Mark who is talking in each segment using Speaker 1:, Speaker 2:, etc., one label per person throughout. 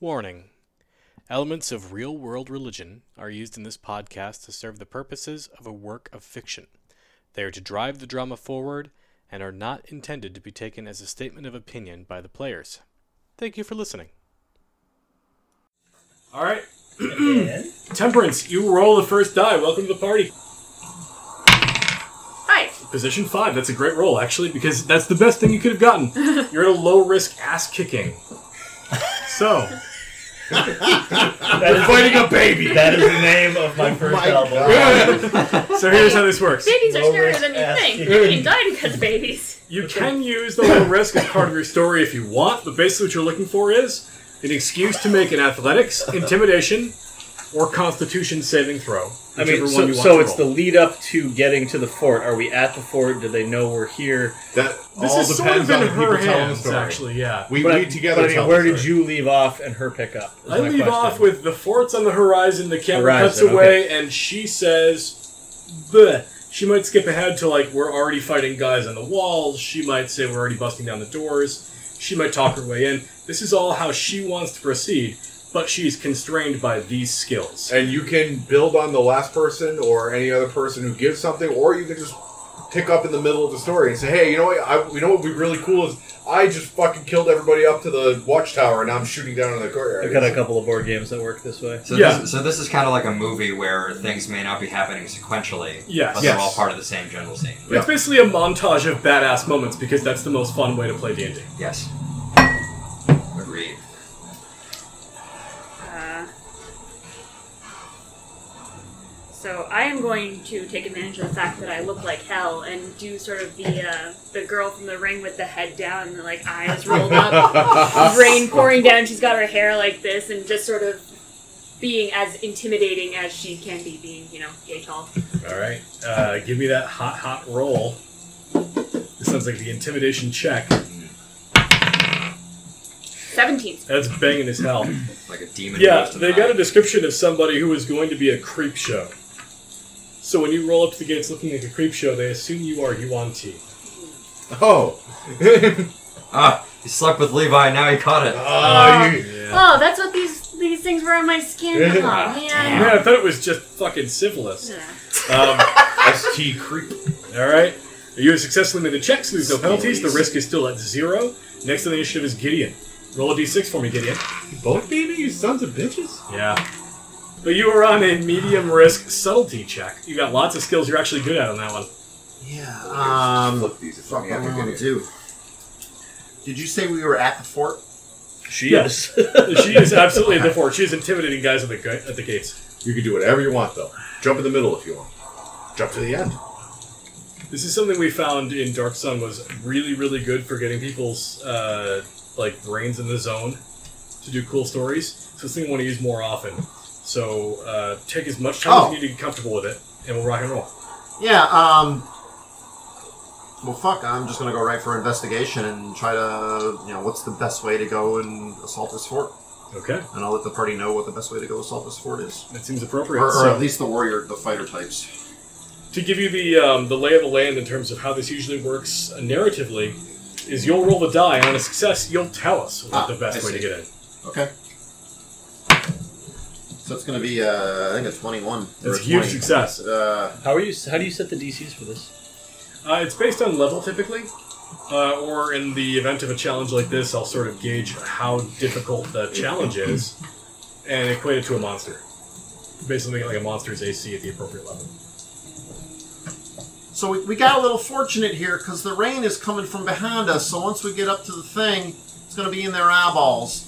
Speaker 1: Warning Elements of real world religion are used in this podcast to serve the purposes of a work of fiction. They are to drive the drama forward and are not intended to be taken as a statement of opinion by the players. Thank you for listening. All right. Temperance, you roll the first die. Welcome to the party.
Speaker 2: Hi.
Speaker 1: Position five. That's a great roll, actually, because that's the best thing you could have gotten. You're at a low risk ass kicking. So,
Speaker 3: That is,
Speaker 1: fighting a baby.
Speaker 3: that is the name of
Speaker 1: Oh
Speaker 3: my first
Speaker 4: my
Speaker 3: album.
Speaker 4: God.
Speaker 1: so here's how this works.
Speaker 2: Babies are
Speaker 3: Low
Speaker 2: scarier
Speaker 3: risk
Speaker 2: than you
Speaker 3: ass
Speaker 2: think.
Speaker 3: kicking.
Speaker 2: You can die because of babies.
Speaker 1: You can use the low risk as part of your story if you want, but basically what you're looking for is an excuse to make an athletics, intimidation, or constitution saving throw.
Speaker 3: I
Speaker 1: whichever
Speaker 3: mean,
Speaker 1: one
Speaker 3: so,
Speaker 1: you want
Speaker 3: so
Speaker 1: to
Speaker 3: it's the
Speaker 1: roll.
Speaker 3: lead up to getting to the fort. Are we at the fort? Do they know we're here?
Speaker 4: That
Speaker 1: This
Speaker 4: all
Speaker 1: is sort
Speaker 4: depends
Speaker 1: of in
Speaker 4: on the people
Speaker 1: her
Speaker 4: telling the
Speaker 1: hands,
Speaker 4: story.
Speaker 1: actually, yeah.
Speaker 4: We,
Speaker 3: But I-
Speaker 4: we together
Speaker 3: but I mean,
Speaker 4: tell
Speaker 3: where
Speaker 4: the
Speaker 3: did
Speaker 4: story.
Speaker 3: you leave off and her pick up? is
Speaker 1: I
Speaker 3: my
Speaker 1: leave off
Speaker 3: question.
Speaker 1: with the fort's on the horizon, the camera cuts
Speaker 3: Horizon,
Speaker 1: away, and she says, Bleh. She might skip ahead to, like, we're already fighting guys on the walls. She might say we're already busting down the doors. She might talk her way in. This is all how she wants to proceed, but she's constrained by these skills.
Speaker 4: And you can build on the last person or any other person who gives something, or you can just pick up in the middle of the story and say, "Hey, you know what? I, you know what would be really cool is I just fucking killed everybody up to the watchtower, and I'm shooting down in the courtyard."
Speaker 3: I've got a couple of board games that work this way.
Speaker 5: So,
Speaker 1: Yeah.
Speaker 5: this, so this is kind of like a movie where things may not be happening sequentially,
Speaker 1: Yes.
Speaker 5: but
Speaker 4: Yes.
Speaker 5: they're all part of the same general scene.
Speaker 4: Yeah.
Speaker 1: It's basically a montage of badass moments because that's the most fun way to play D&D.
Speaker 5: Yes. Agreed.
Speaker 2: Uh, so I am going to take advantage of the fact that I look like hell and do sort of the uh, the girl from the ring with the head down and the like eyes rolled up, rain pouring down. She's got her hair like this and just sort of being as intimidating as she can be, being you know gay tall.
Speaker 1: All right. Uh, give me that hot, hot roll. This sounds like the intimidation check.
Speaker 2: Seventeen.
Speaker 1: That's banging as hell.
Speaker 5: Like a demon.
Speaker 1: Yeah,
Speaker 5: goes to the
Speaker 1: they got a
Speaker 5: night.
Speaker 1: description of somebody who is going to be a creep show. So when you roll up to the gates looking like a creep show, they assume you are Yuan Ti.
Speaker 4: Oh,
Speaker 5: Ah, he slept with Levi. Now he caught it.
Speaker 1: Uh,
Speaker 4: Ah, you-
Speaker 2: Oh, that's what these these things were on my skin. Oh man.
Speaker 1: Man, I thought it was just fucking syphilis.
Speaker 2: Yeah.
Speaker 1: Um,
Speaker 4: ST creep.
Speaker 1: all right. You have successfully made the check, so there's no penalties. The risk is still at zero. Next on the initiative is Gideon. Roll a d6 for me, Gideon.
Speaker 4: Both baby, you sons of bitches.
Speaker 1: Yeah. But you were on a medium risk subtlety check. You got lots of skills you're actually good at on that one.
Speaker 6: Yeah. Um,
Speaker 4: Flip these.
Speaker 6: fuck,
Speaker 4: Yeah,
Speaker 6: what do I
Speaker 4: good
Speaker 6: want to
Speaker 4: idea.
Speaker 6: do? Did you say we were at the fort?
Speaker 3: She
Speaker 1: Yeah.
Speaker 3: is.
Speaker 1: She is absolutely at the fort. She's intimidating guys at the ga- at the gates.
Speaker 4: You can do whatever you want, though. Jump in the middle if you want. Jump to the end.
Speaker 1: This is something we found in Dark Sun was really really good for getting people's uh, like brains in the zone to do cool stories. So it's something I want to use more often. So uh, take as much time as
Speaker 6: Oh.
Speaker 1: you need to get comfortable with it, and we'll rock and roll.
Speaker 6: Yeah, um. Well, fuck, I'm just gonna go right for investigation and try to, you know, what's the best way to go and assault this fort?
Speaker 1: Okay,
Speaker 6: And I'll let the party know what the best way to go assault this fort is.
Speaker 1: that seems appropriate.
Speaker 6: Or, or
Speaker 1: So-
Speaker 6: at least the warrior, the fighter types.
Speaker 1: to give you the um, the lay of the land in terms of how this usually works uh, narratively is you'll roll the die and on a success you'll tell us what
Speaker 6: Ah,
Speaker 1: the best
Speaker 6: I
Speaker 1: way to
Speaker 6: see.
Speaker 1: get in
Speaker 6: Okay. So it's gonna be, uh, I think it's 21. or
Speaker 1: it's a huge
Speaker 6: 20.
Speaker 1: success
Speaker 6: Uh,
Speaker 3: How are you? How do you set the DCs for this?
Speaker 1: uh, it's based on level typically uh, or in the event of a challenge like this i'll sort of gauge how difficult the challenge is and equate it to a monster basically make it like a monster's ac at the appropriate level
Speaker 6: so we, we got a little fortunate here because the rain is coming from behind us. So once we get up to the thing, it's gonna be in their eyeballs.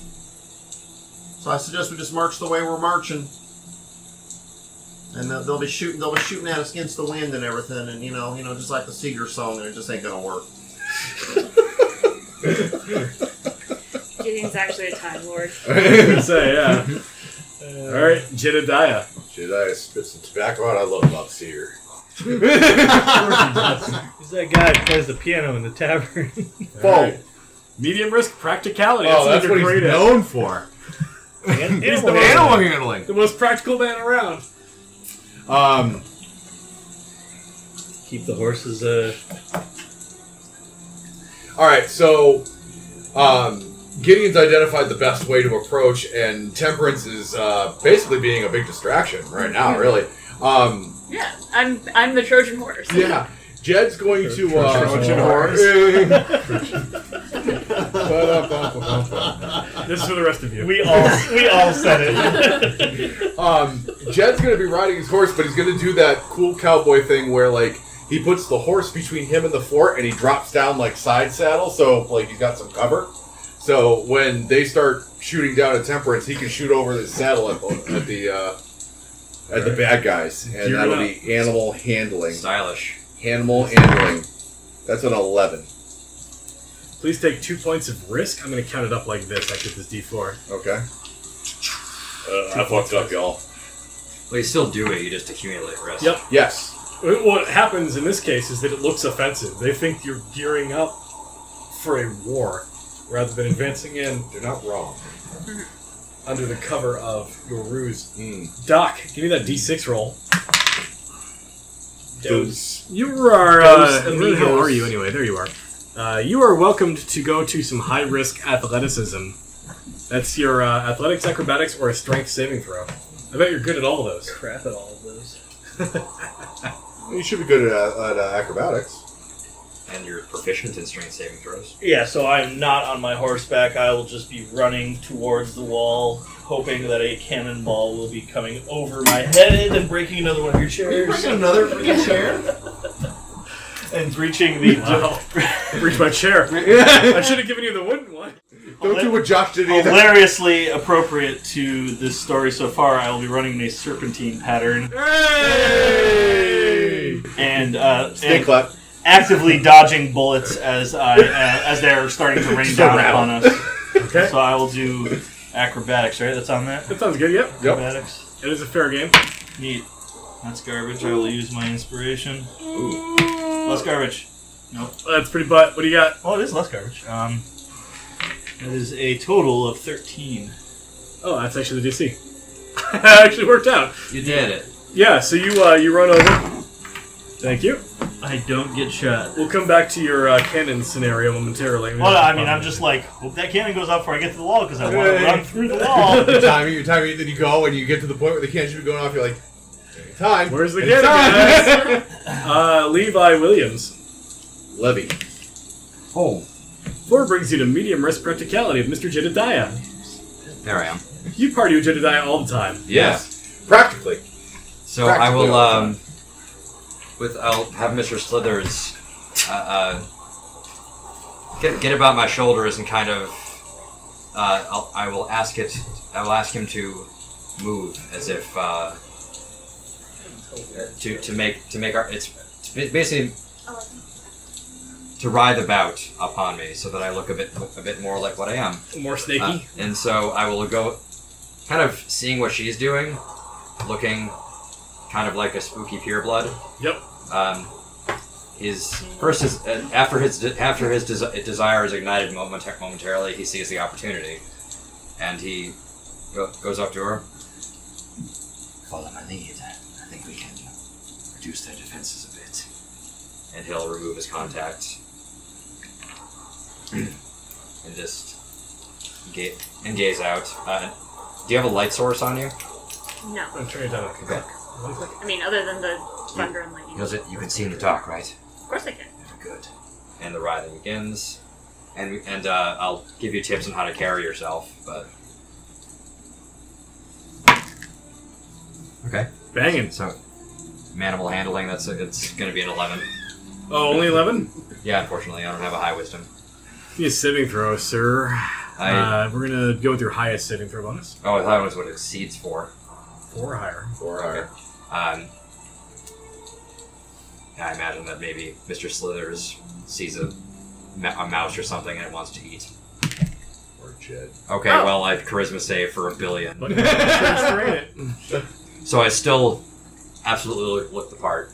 Speaker 6: So I suggest we just march the way we're marching, and they'll, they'll be shooting. They'll be shooting at us against the wind and everything. And you know, you know, just like the Seeger song, and it just ain't gonna work.
Speaker 2: Gideon's actually a time lord.
Speaker 1: so yeah
Speaker 3: Uh,
Speaker 1: all right jedediah
Speaker 4: Jedi spit some tobacco out. I love Bob Seger.
Speaker 3: He's that guy who plays the piano in the tavern.
Speaker 1: All
Speaker 4: Whoa.
Speaker 1: right. medium risk practicality
Speaker 4: Oh,
Speaker 1: that's,
Speaker 4: that's what
Speaker 1: another
Speaker 4: he's
Speaker 1: great at.
Speaker 4: known for.
Speaker 3: And
Speaker 1: He's the
Speaker 3: animal
Speaker 1: man.
Speaker 3: handler.
Speaker 4: Animal handling.
Speaker 1: the most practical man around
Speaker 4: Um,
Speaker 3: Keep the horses. Uh,
Speaker 4: all right, so um, Gideon's identified the best way to approach, and Temperance is uh, basically being a big distraction right now, really. Um,
Speaker 2: Yeah, I'm I'm the Trojan horse.
Speaker 4: yeah, Jed's going to. Uh,
Speaker 3: Trojan horse.
Speaker 1: This is for the rest of you.
Speaker 3: We all we all said it.
Speaker 4: Um, Jed's gonna be riding his horse, but he's gonna do that cool cowboy thing where like he puts the horse between him and the fort, and he drops down like side saddle, so like he's got some cover. So when they start shooting down at Temperance, he can shoot over the saddle at the at the, uh, at the bad guys, and
Speaker 1: Gear it
Speaker 4: that'll
Speaker 1: up.
Speaker 4: be animal handling.
Speaker 5: Stylish.
Speaker 4: Animal handling. That's an eleven.
Speaker 1: Please take two points of risk. I'm going to count it up like this. I get this D4.
Speaker 4: Okay. Uh, I fucked up, y'all.
Speaker 5: Well, you still do it. You just accumulate risk.
Speaker 1: Yep.
Speaker 4: Yes.
Speaker 1: What happens in this case is that it looks offensive. They think you're gearing up for a war rather than advancing in
Speaker 4: They're not wrong.
Speaker 1: under the cover of your ruse.
Speaker 4: Mm.
Speaker 1: Doc, give me that D6 roll.
Speaker 4: Those-
Speaker 1: You are.
Speaker 4: Those
Speaker 1: Uh, really, how
Speaker 4: amigos.
Speaker 1: are you anyway? There you are. Uh, you are welcomed to go to some high risk athleticism. That's your uh, athletics, acrobatics, or a strength saving throw. I bet you're good at all of those.
Speaker 7: Crap at all of those.
Speaker 4: You should be good at, uh, at uh, acrobatics.
Speaker 5: And you're proficient in strength saving throws.
Speaker 3: Yeah, so I'm not on my horseback. I will just be running towards the wall, hoping that a cannonball will be coming over my head and breaking another one of your chairs.
Speaker 8: Bring another freaking chair.
Speaker 3: And reaching the
Speaker 1: Wow. Reach my chair. I should have given you the wooden one.
Speaker 4: Don't do what Josh did either.
Speaker 3: hilariously appropriate to this story so far, I will be running in a serpentine pattern
Speaker 1: Hey!
Speaker 3: and, uh,
Speaker 4: Snake
Speaker 3: and
Speaker 4: clap.
Speaker 3: actively dodging bullets as I uh, as they are starting to rain
Speaker 4: Just a
Speaker 3: down
Speaker 4: rattle.
Speaker 3: upon us.
Speaker 1: Okay.
Speaker 3: So I will do acrobatics. Right, that's on that.
Speaker 1: That sounds good, yep.
Speaker 4: Yep.
Speaker 3: Acrobatics.
Speaker 1: It is a fair game.
Speaker 3: Neat. That's garbage. I will use my inspiration.
Speaker 4: Ooh.
Speaker 3: Less garbage.
Speaker 1: That's pretty butt. What do you got?
Speaker 3: Oh, it is less garbage. Um, that is a total of thirteen.
Speaker 1: Oh, that's actually the DC. actually worked out.
Speaker 5: You did it.
Speaker 1: Yeah, so you uh, you run over. Thank you.
Speaker 3: I don't get shot.
Speaker 1: We'll come back to your uh, cannon scenario momentarily.
Speaker 3: Well, I mean, I'm just like, hope that cannon goes off before I get to the wall because I want to
Speaker 4: Hey.
Speaker 3: run through the wall.
Speaker 4: You time it, you time it, then you go, and you get to the point where the cannon should be going off. You're like, time.
Speaker 1: Where's the
Speaker 4: It's
Speaker 1: cannon? guys?
Speaker 4: time.
Speaker 1: uh, Levi Williams.
Speaker 4: Levy.
Speaker 5: Oh.
Speaker 1: Four brings you to medium risk practicality of Mr. Jedediah.
Speaker 5: There I am.
Speaker 1: You party with Jedediah all the time.
Speaker 5: Yeah.
Speaker 4: Practically.
Speaker 5: So I
Speaker 4: Practically
Speaker 5: will,
Speaker 4: all the
Speaker 5: um, with I'll have Mr. Slithers uh, uh, get get about my shoulders and kind of uh, I'll, I will ask it. I will ask him to move as if uh, to to make to make our it's to ba- basically to writhe about upon me so that I look a bit a bit more like what I am.
Speaker 1: More snaky.
Speaker 5: Uh, and so I will go, kind of seeing what she's doing, looking kind of like a spooky pureblood.
Speaker 1: Uh, Yep.
Speaker 5: Um, his first is uh, after his de- after his desi- desire is ignited momenta- momentarily, he sees the opportunity, and he go- goes up to her. Follow my lead. I think we can reduce their defenses a bit. And he'll remove his contact. and just ga- and gaze out. Uh, do you have a light source on you?
Speaker 2: No,
Speaker 1: I'm turning it down.
Speaker 5: Okay.
Speaker 2: I mean other than the thunder and lightning.
Speaker 5: Because it, you can see in the dark, right?
Speaker 2: Of course I can.
Speaker 5: Good. And the writhing begins. And and uh, I'll give you tips on how to carry yourself, but. Okay.
Speaker 1: Banging.
Speaker 5: So, manimal handling. That's a, it's going to be an eleven.
Speaker 1: Oh, only 11?
Speaker 5: Yeah, unfortunately, I don't have a high wisdom.
Speaker 1: Need a saving throw, sir.
Speaker 5: I
Speaker 1: Uh, we're going to go with your highest saving throw bonus.
Speaker 5: oh, I thought it was what exceeds four.
Speaker 1: Four or higher.
Speaker 4: Or higher.
Speaker 5: Um, I imagine that maybe Mr. Slithers sees a, ma- a mouse or something and wants to eat.
Speaker 4: Or Jed.
Speaker 5: Okay,
Speaker 2: Oh.
Speaker 5: well, I charisma save for a billion.
Speaker 1: But strain it.
Speaker 5: So I still absolutely look, look the part.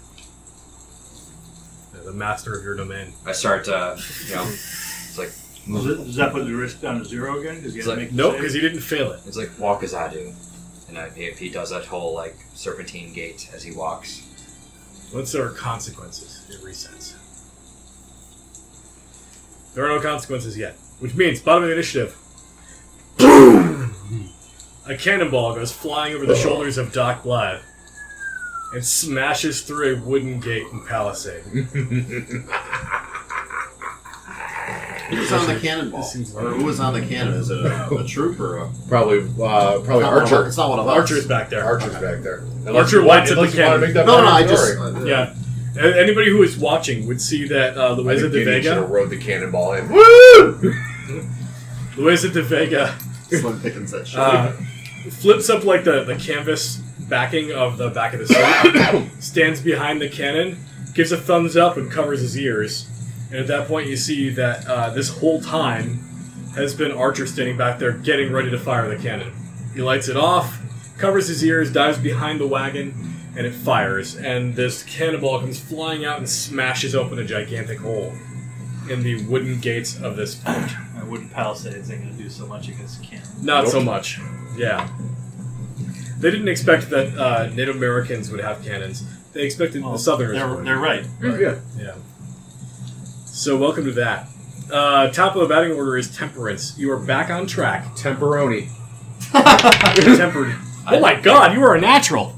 Speaker 1: The master of your domain.
Speaker 5: I start, uh, you know, it's like
Speaker 3: Does, it, does that put the risk down to zero again? Because you
Speaker 5: It's
Speaker 3: got to
Speaker 5: like,
Speaker 3: make the
Speaker 1: Nope,
Speaker 3: save?
Speaker 1: because you didn't fail it.
Speaker 5: it's like walk as I do, and I, he, he does that whole like serpentine gait as he walks.
Speaker 1: What's our consequences? It resets. There are no consequences yet, which means bottom of the initiative. A cannonball goes flying over the shoulders of Doc Blythe and smashes through a wooden gate and palisade.
Speaker 6: Who's on the cannonball?
Speaker 1: This seems
Speaker 6: Or who was on the cannon? Is it a, a troop or a
Speaker 9: Probably, uh, probably
Speaker 6: It's not one of-
Speaker 9: Archer.
Speaker 6: It's not one of us.
Speaker 1: Archer's back there.
Speaker 9: Archer's back there.
Speaker 1: Archer lights up the cannon.
Speaker 6: No, no, I just.
Speaker 1: Yeah. A- Anybody who is watching would see that uh, Luisa de
Speaker 9: should
Speaker 1: Vega.
Speaker 9: have rode the cannonball in. Woo!
Speaker 1: Luisa de Vega
Speaker 6: Slim Pickens that shit.
Speaker 1: uh, flips up like the, the canvas backing of the back of the suit, stands behind the cannon, gives a thumbs up, and covers his ears. And at that point, you see that uh, this whole time has been Archer standing back there getting ready to fire the cannon. He lights it off, covers his ears, dives behind the wagon, and it fires. And this cannonball comes flying out and smashes open a gigantic hole in the wooden gates of this fort.
Speaker 3: I wouldn't Palisades ain't gonna do so much against cannon.
Speaker 1: Not so
Speaker 9: Nope.
Speaker 1: much. Yeah. They didn't expect that uh, Native Americans would have cannons. They expected
Speaker 3: Well,
Speaker 1: the Southerners
Speaker 3: They're,
Speaker 1: would.
Speaker 3: they're right.
Speaker 9: Yeah.
Speaker 1: Yeah. So welcome to that. Uh, top of the batting order is Temperance. You are back on track.
Speaker 9: Temperoni.
Speaker 1: Tempered. Oh my God! You are a natural.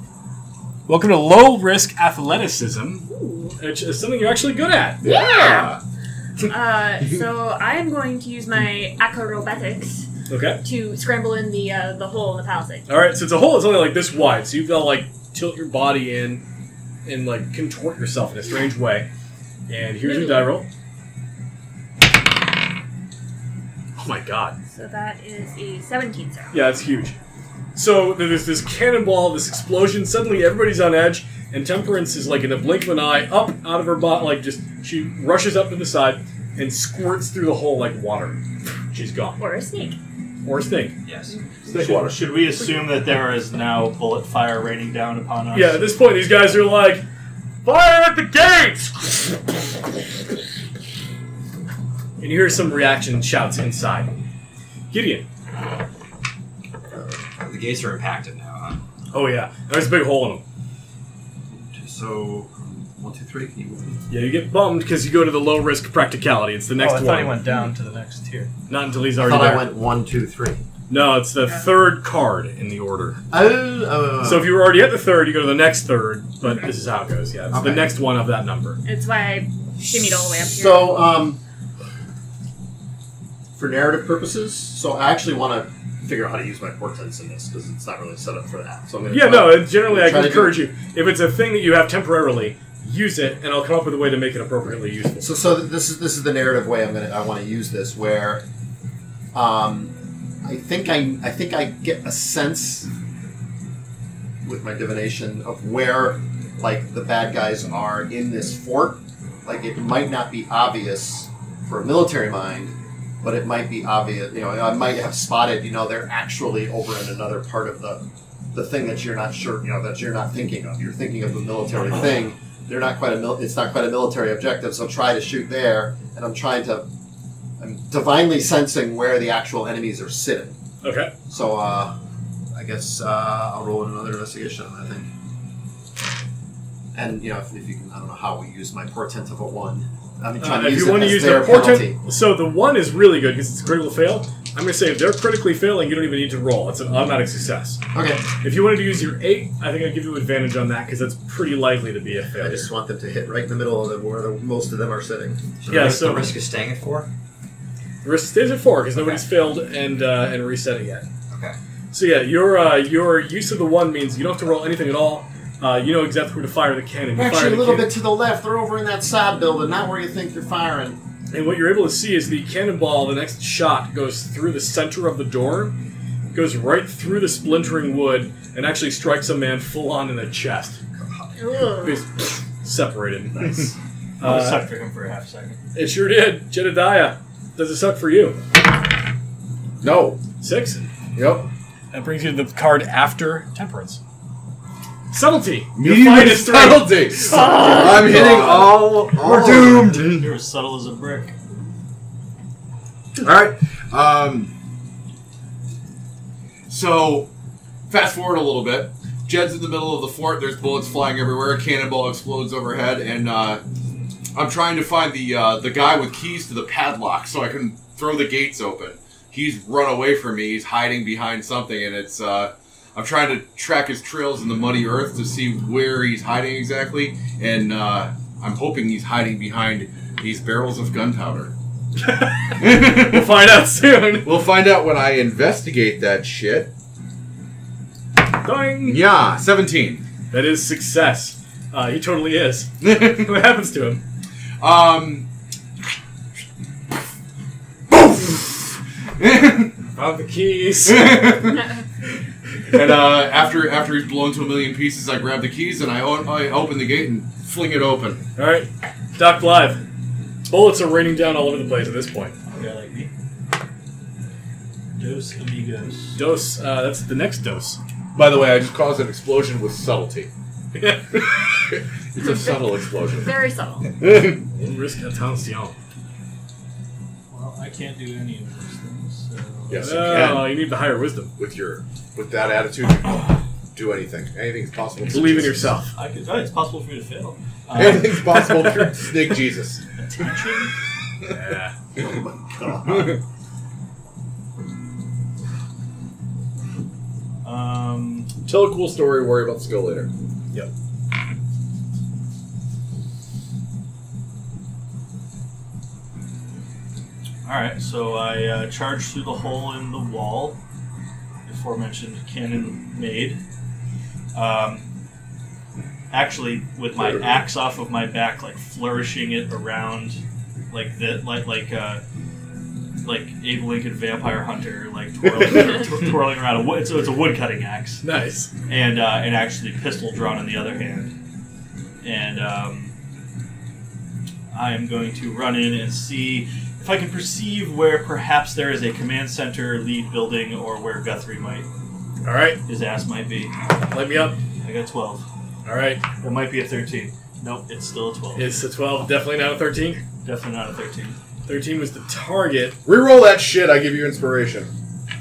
Speaker 1: Welcome to low risk athleticism, which is something you're actually good at.
Speaker 9: Yeah.
Speaker 2: Uh, so I am going to use my acrobatics
Speaker 1: Okay.
Speaker 2: to scramble in the uh, the hole in the palisade.
Speaker 1: All right. So it's a hole. It's only like this wide. So you've got to like tilt your body in and like contort yourself in a strange way. And here's your die roll. Oh my God.
Speaker 2: So that is a 17, sir.
Speaker 1: Yeah, it's huge. So there's this cannonball, this explosion. Suddenly, everybody's on edge, and Temperance is like in a blink of an eye, up out of her bot, like just she rushes up to the side and squirts through the hole like water. She's gone.
Speaker 2: Or a snake.
Speaker 1: Or thing.
Speaker 5: Yes.
Speaker 9: Snake
Speaker 3: Should,
Speaker 9: water.
Speaker 3: should we assume that there is now bullet fire raining down upon us? Oh,
Speaker 1: Yeah. At this point, these guys are like, "Fire at the gates!" and you hear some reaction shouts inside. Gideon.
Speaker 5: The gates are impacted now, huh?
Speaker 1: Oh yeah, there's a big hole in them.
Speaker 5: So,
Speaker 6: um,
Speaker 5: one, two, three. Can you move me?
Speaker 1: Yeah, you get bummed because you go to the low risk practicality. It's the next
Speaker 3: oh, I
Speaker 1: one.
Speaker 3: thought he went down to the next tier.
Speaker 1: Not until he's
Speaker 6: I
Speaker 1: already
Speaker 6: thought
Speaker 1: there.
Speaker 6: I went one, two, three.
Speaker 1: No, it's the third card in the order.
Speaker 6: Oh, oh,
Speaker 1: So if you were already at the third, you go to the next third, but this is how it goes, yeah. It's the
Speaker 6: Okay.
Speaker 1: next one of that number.
Speaker 2: That's why I shimmied all the way up here.
Speaker 6: So, um, for narrative purposes, so I actually want to figure out how to use my portents in this because it's not really set up for that. So I'm gonna
Speaker 1: Yeah,
Speaker 6: try-
Speaker 1: no, and generally I
Speaker 6: Try to
Speaker 1: encourage you. If it's a thing that you have temporarily, use it, and I'll come up with a way to make it appropriately useful.
Speaker 6: So, so th- this is this is the narrative way I'm gonna I want to use this where, um, I think I I think I get a sense with my divination of where like the bad guys are in this fort. Like it might not be obvious for a military mind, but it might be obvious. You know, I might have spotted. You know, they're actually over in another part of the the thing that you're not sure. You know, that you're not thinking of. You're thinking of the military thing they're not quite a mil- it's not quite a military objective, so try to shoot there. And I'm trying to, I'm divinely sensing where the actual enemies are sitting.
Speaker 1: Okay.
Speaker 6: So uh, I guess uh, I'll roll another investigation. I think. And you know, if, if you can, I don't know how we use my portent of a one. I'm
Speaker 1: Uh,
Speaker 6: trying to
Speaker 1: if
Speaker 6: use
Speaker 1: you
Speaker 6: it
Speaker 1: want to
Speaker 6: as
Speaker 1: use
Speaker 6: their
Speaker 1: the portent,
Speaker 6: penalty.
Speaker 1: so the one is really good because it's a critical fail. I'm going to say if they're critically failing, you don't even need to roll. It's an automatic success.
Speaker 6: Okay,
Speaker 1: If you wanted to use your eight, I think I'd give you advantage on that because that's pretty likely to be a
Speaker 6: I
Speaker 1: failure.
Speaker 6: just want them to hit right in the middle of the, where the, most of them are sitting.
Speaker 5: So
Speaker 1: Yeah,
Speaker 5: the, risk-
Speaker 1: so-
Speaker 5: the risk is staying at four?
Speaker 1: The risk stays at four because nobody's failed and uh, and reset it yet.
Speaker 5: Okay.
Speaker 1: So yeah, your uh, your use of the one means you don't have to roll anything at all. Uh, you know exactly where to fire the cannon. You fire
Speaker 6: Actually, a
Speaker 1: the
Speaker 6: little
Speaker 1: cannon,
Speaker 6: bit to the left. They're over in that side building, not where you think you're firing.
Speaker 1: And what you're able to see is the cannonball. The next shot goes through the center of the door, goes right through the splintering wood, and actually strikes a man full on in the chest.
Speaker 2: Ugh.
Speaker 1: He's separated. Nice.
Speaker 3: I'll
Speaker 1: uh,
Speaker 3: suck for him for a half second.
Speaker 1: it sure did. Jedediah, does it suck for you?
Speaker 9: No.
Speaker 1: Six.
Speaker 9: Yep.
Speaker 1: That brings you to the card after temperance. Subtlety. Your
Speaker 9: Medium
Speaker 1: fight is three.
Speaker 9: penalty. I'm hitting all. all We're doomed.
Speaker 3: You're as subtle as a brick.
Speaker 9: All right. Um, so, fast forward a little bit. Jed's in the middle of the fort. There's bullets flying everywhere. A cannonball explodes overhead, and uh, I'm trying to find the uh, the guy with keys to the padlock so I can throw the gates open.
Speaker 4: he's run away from me. He's hiding behind something, and it's. Uh, I'm trying to track his trails in the muddy earth to see where he's hiding exactly, and uh, I'm hoping he's hiding behind these barrels of gunpowder.
Speaker 1: We'll find out soon.
Speaker 4: we'll find out when I investigate that shit.
Speaker 1: Doing.
Speaker 4: Yeah, 17.
Speaker 1: That is success. Uh, he totally is. What happens to him?
Speaker 4: um.
Speaker 1: Found the keys.
Speaker 4: and uh, after after he's blown to a million pieces, I grab the keys and I, o- I open the gate and fling it open.
Speaker 1: All right, Doc Live. Bullets are raining down all over the place at this point.
Speaker 3: guy like me. Dos amigos.
Speaker 1: Dose. Uh, that's the next dose.
Speaker 9: By the way, I just caused an explosion with subtlety. It's a subtle explosion.
Speaker 2: Very subtle.
Speaker 1: One risk attention.
Speaker 3: Well, I can't do any of those things. So.
Speaker 9: Yes, you can.
Speaker 1: Oh, you need the higher wisdom.
Speaker 9: With your with that attitude, you can do anything. Anything's possible.
Speaker 1: Believe in yourself.
Speaker 3: I could, oh, it's possible for me to fail. Uh,
Speaker 9: Anything's possible. through Snake Jesus.
Speaker 3: attention.
Speaker 1: Yeah.
Speaker 3: Um,
Speaker 9: Tell a cool story. Worry about the skill later.
Speaker 3: all right, so I uh, charge through the hole in the wall, aforementioned cannon made. Um, actually, with my axe off of my back, like flourishing it around, like that, like like uh, like Abe Lincoln Vampire Hunter, like twirling, tw- twirling around. A wood, so it's a wood cutting axe.
Speaker 1: Nice.
Speaker 3: and uh, and actually pistol drawn in the other hand. And um, I am going to run in and see if I can perceive where perhaps there is a command center, lead building, or where Guthrie might
Speaker 1: All right,
Speaker 3: his ass might be.
Speaker 1: let me up.
Speaker 3: I got twelve.
Speaker 1: All right,
Speaker 3: That might be a thirteen. Nope, it's still a twelve.
Speaker 1: it's a twelve. Definitely not a thirteen.
Speaker 3: Definitely not a thirteen.
Speaker 1: Thirteen was the target.
Speaker 9: Reroll that shit. I give you inspiration.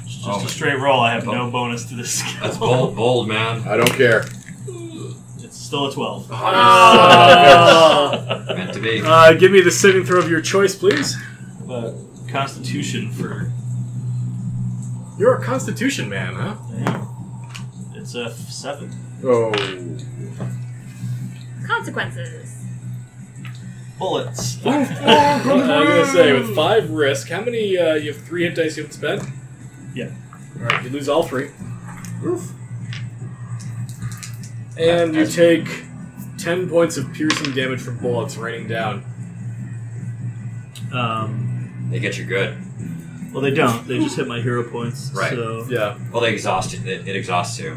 Speaker 3: It's just
Speaker 5: Oh my-
Speaker 3: a straight roll. I have no
Speaker 5: Bold.
Speaker 3: bonus to this skill.
Speaker 5: That's bold, bold, man.
Speaker 9: I don't care.
Speaker 3: It's still a twelve.
Speaker 5: Oh.
Speaker 2: Uh,
Speaker 1: Ah.
Speaker 5: Meant to be.
Speaker 1: Uh, give me the saving throw of your choice, please.
Speaker 3: But Constitution for
Speaker 1: You're a Constitution man, huh?
Speaker 3: it's a seven.
Speaker 9: Oh,
Speaker 2: Consequences.
Speaker 3: Bullets.
Speaker 1: I'm gonna say with five risk, how many? Uh, you have three hit dice you have to spend.
Speaker 3: Yeah.
Speaker 1: All right, you lose all three. And you take ten points of piercing damage from bullets raining down.
Speaker 3: Um,
Speaker 5: They get you good.
Speaker 3: Well, they don't. They just hit my hero points.
Speaker 5: Right.
Speaker 3: So
Speaker 1: Yeah.
Speaker 5: Well, they exhaust you. It, it exhausts you.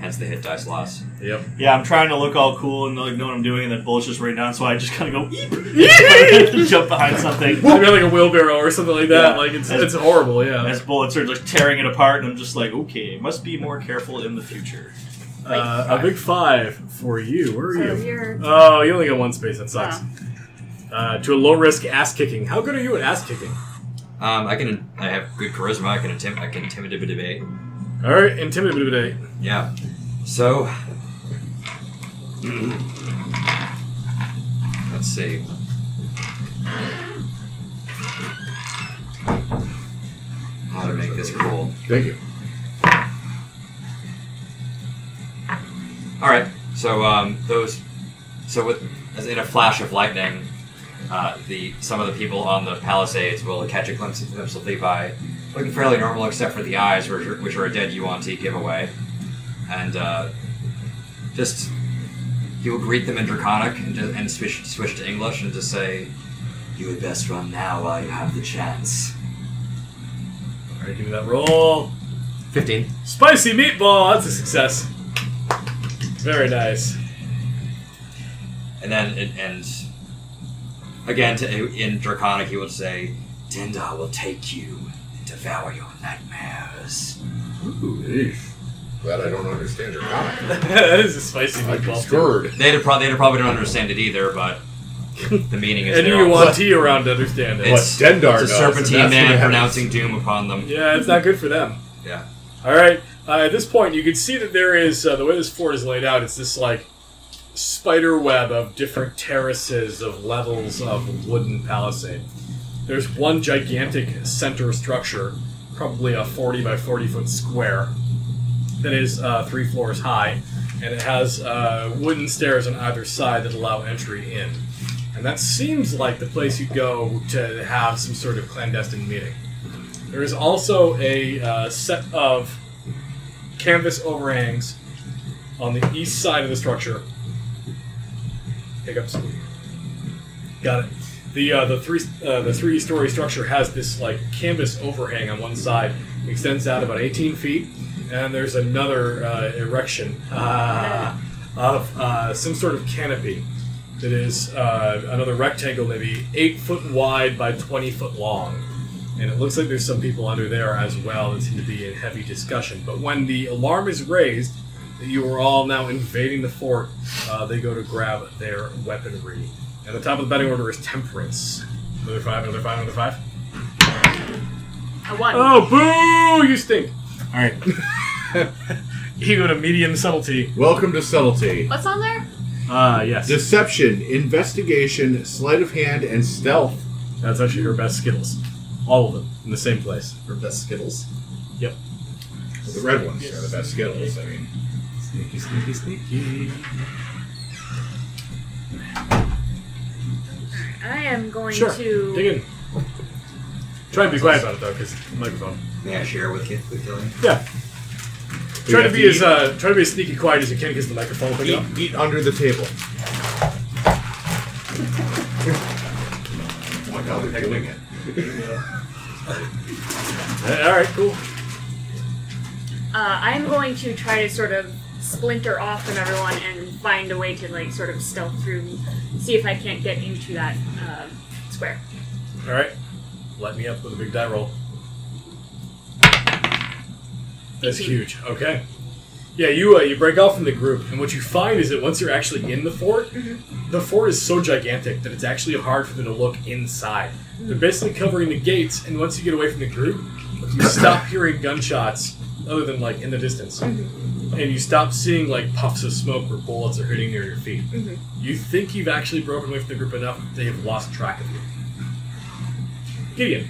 Speaker 5: Hence the hit dice loss.
Speaker 1: Yep.
Speaker 3: yeah, I'm trying to look all cool and like know what I'm doing, and then bullets just right down. So I just kind of go eep, jump behind something
Speaker 1: I mean, like a wheelbarrow or something like that.
Speaker 3: Yeah.
Speaker 1: Like it's
Speaker 3: As-
Speaker 1: it's horrible. Yeah.
Speaker 3: as bullets are just tearing it apart, and I'm just like, okay, must be more careful in the future.
Speaker 1: Uh, a big five for you. Where are
Speaker 2: So
Speaker 1: you?
Speaker 2: you're.
Speaker 1: Oh, you only got one space. That sucks. Uh, to a low risk ass kicking. How good are you at ass kicking?
Speaker 5: Um, I can. I have good charisma. I can attempt. I can intimidate a debate.
Speaker 1: All right, intimidate.
Speaker 5: Yeah. So. Let's see. How to make this cool.
Speaker 9: thank you.
Speaker 5: All right. So um, those. So with as in a flash of lightning, uh, the some of the people on the palisades will catch a glimpse of, glimpse of Levi, looking fairly normal except for the eyes, which are, which are a dead Yuan-Ti giveaway, and uh, just he will greet them in Draconic and, ju- and switch switch to English and just say, "You had best run now while you have the chance."
Speaker 1: All right, give me that roll.
Speaker 5: Fifteen.
Speaker 1: Spicy meatball. That's a success. Very nice.
Speaker 5: And then it ends. Again, to, in Draconic, he would say, Dindar will take you and devour your nightmares.
Speaker 9: Glad I don't understand your comment.
Speaker 1: that is a spicy
Speaker 9: I get
Speaker 1: meatball.
Speaker 9: scared.
Speaker 5: They'd, pro- they'd probably don't understand it either, but the meaning is
Speaker 1: And
Speaker 5: there.
Speaker 1: you want tea around to understand it.
Speaker 5: It's-
Speaker 9: what Dendar
Speaker 5: It's a
Speaker 9: does,
Speaker 5: serpentine
Speaker 9: and that's what
Speaker 5: man
Speaker 9: happens.
Speaker 5: pronouncing doom upon them.
Speaker 1: Yeah, it's not good for them.
Speaker 5: Yeah.
Speaker 1: All right. Uh, at this point, you can see that there is uh, the way this fort is laid out. It's this like spider web of different terraces of levels of wooden palisade. There's one gigantic center structure, probably a 40 by 40 foot square, that is uh, three floors high, and it has uh, wooden stairs on either side that allow entry in. And that seems like the place you go to have some sort of clandestine meeting. There is also a uh, set of canvas overhangs on the east side of the structure. Hiccups. Got it. The uh, the three uh, the three story structure has this like canvas overhang on one side, extends out about 18 feet, and there's another uh, erection uh, of uh, some sort of canopy that is uh, another rectangle, maybe eight foot wide by 20 foot long. And it looks like there's some people under there as well that seem to be in heavy discussion. But when the alarm is raised that you are all now invading the fort, uh, they go to grab their weaponry. And the top of the betting order is temperance. Another five, another five, another five.
Speaker 2: A one.
Speaker 1: Oh, boo! You stink.
Speaker 9: All right.
Speaker 1: Ego to medium subtlety.
Speaker 9: Welcome to subtlety.
Speaker 2: What's on there?
Speaker 1: Ah, yes.
Speaker 9: Deception, investigation, sleight of hand, and stealth.
Speaker 1: That's actually her best skittles. All of them in the same place.
Speaker 10: Her best Skittles.
Speaker 9: The red ones are the best Skittles. I mean,
Speaker 1: Sneaky, sneaky, sneaky.
Speaker 2: I am going
Speaker 1: Sure.
Speaker 2: to.
Speaker 1: Dig in. Try and be quiet about it though, because microphone.
Speaker 5: May I share with you? With Gillian?
Speaker 1: Yeah.
Speaker 9: We
Speaker 1: Try to
Speaker 9: have
Speaker 1: be
Speaker 9: to
Speaker 1: as
Speaker 9: eat-
Speaker 1: uh, try to be as sneaky quiet as you can because the microphone will pick it
Speaker 9: eat,
Speaker 1: up.
Speaker 9: eat under the table.
Speaker 4: Oh my god, they're doing it.
Speaker 1: Uh, all right, cool.
Speaker 2: Uh, I'm going to try to sort of splinter off from everyone and find a way to like sort of stealth through, see if I can't get into that um square.
Speaker 1: All right, light me up with a big die roll. That's
Speaker 2: Eighteen.
Speaker 1: huge. Okay. Yeah, you uh, you break off from the group, and what you find is that once you're actually in the fort, the fort is so gigantic that it's actually hard for them to look inside. They're basically covering the gates, and once you get away from the group, you stop hearing gunshots, other than like in the distance, and you stop seeing like puffs of smoke where bullets are hitting near your feet. You think you've actually broken away from the group enough that they have lost track of you. Gideon.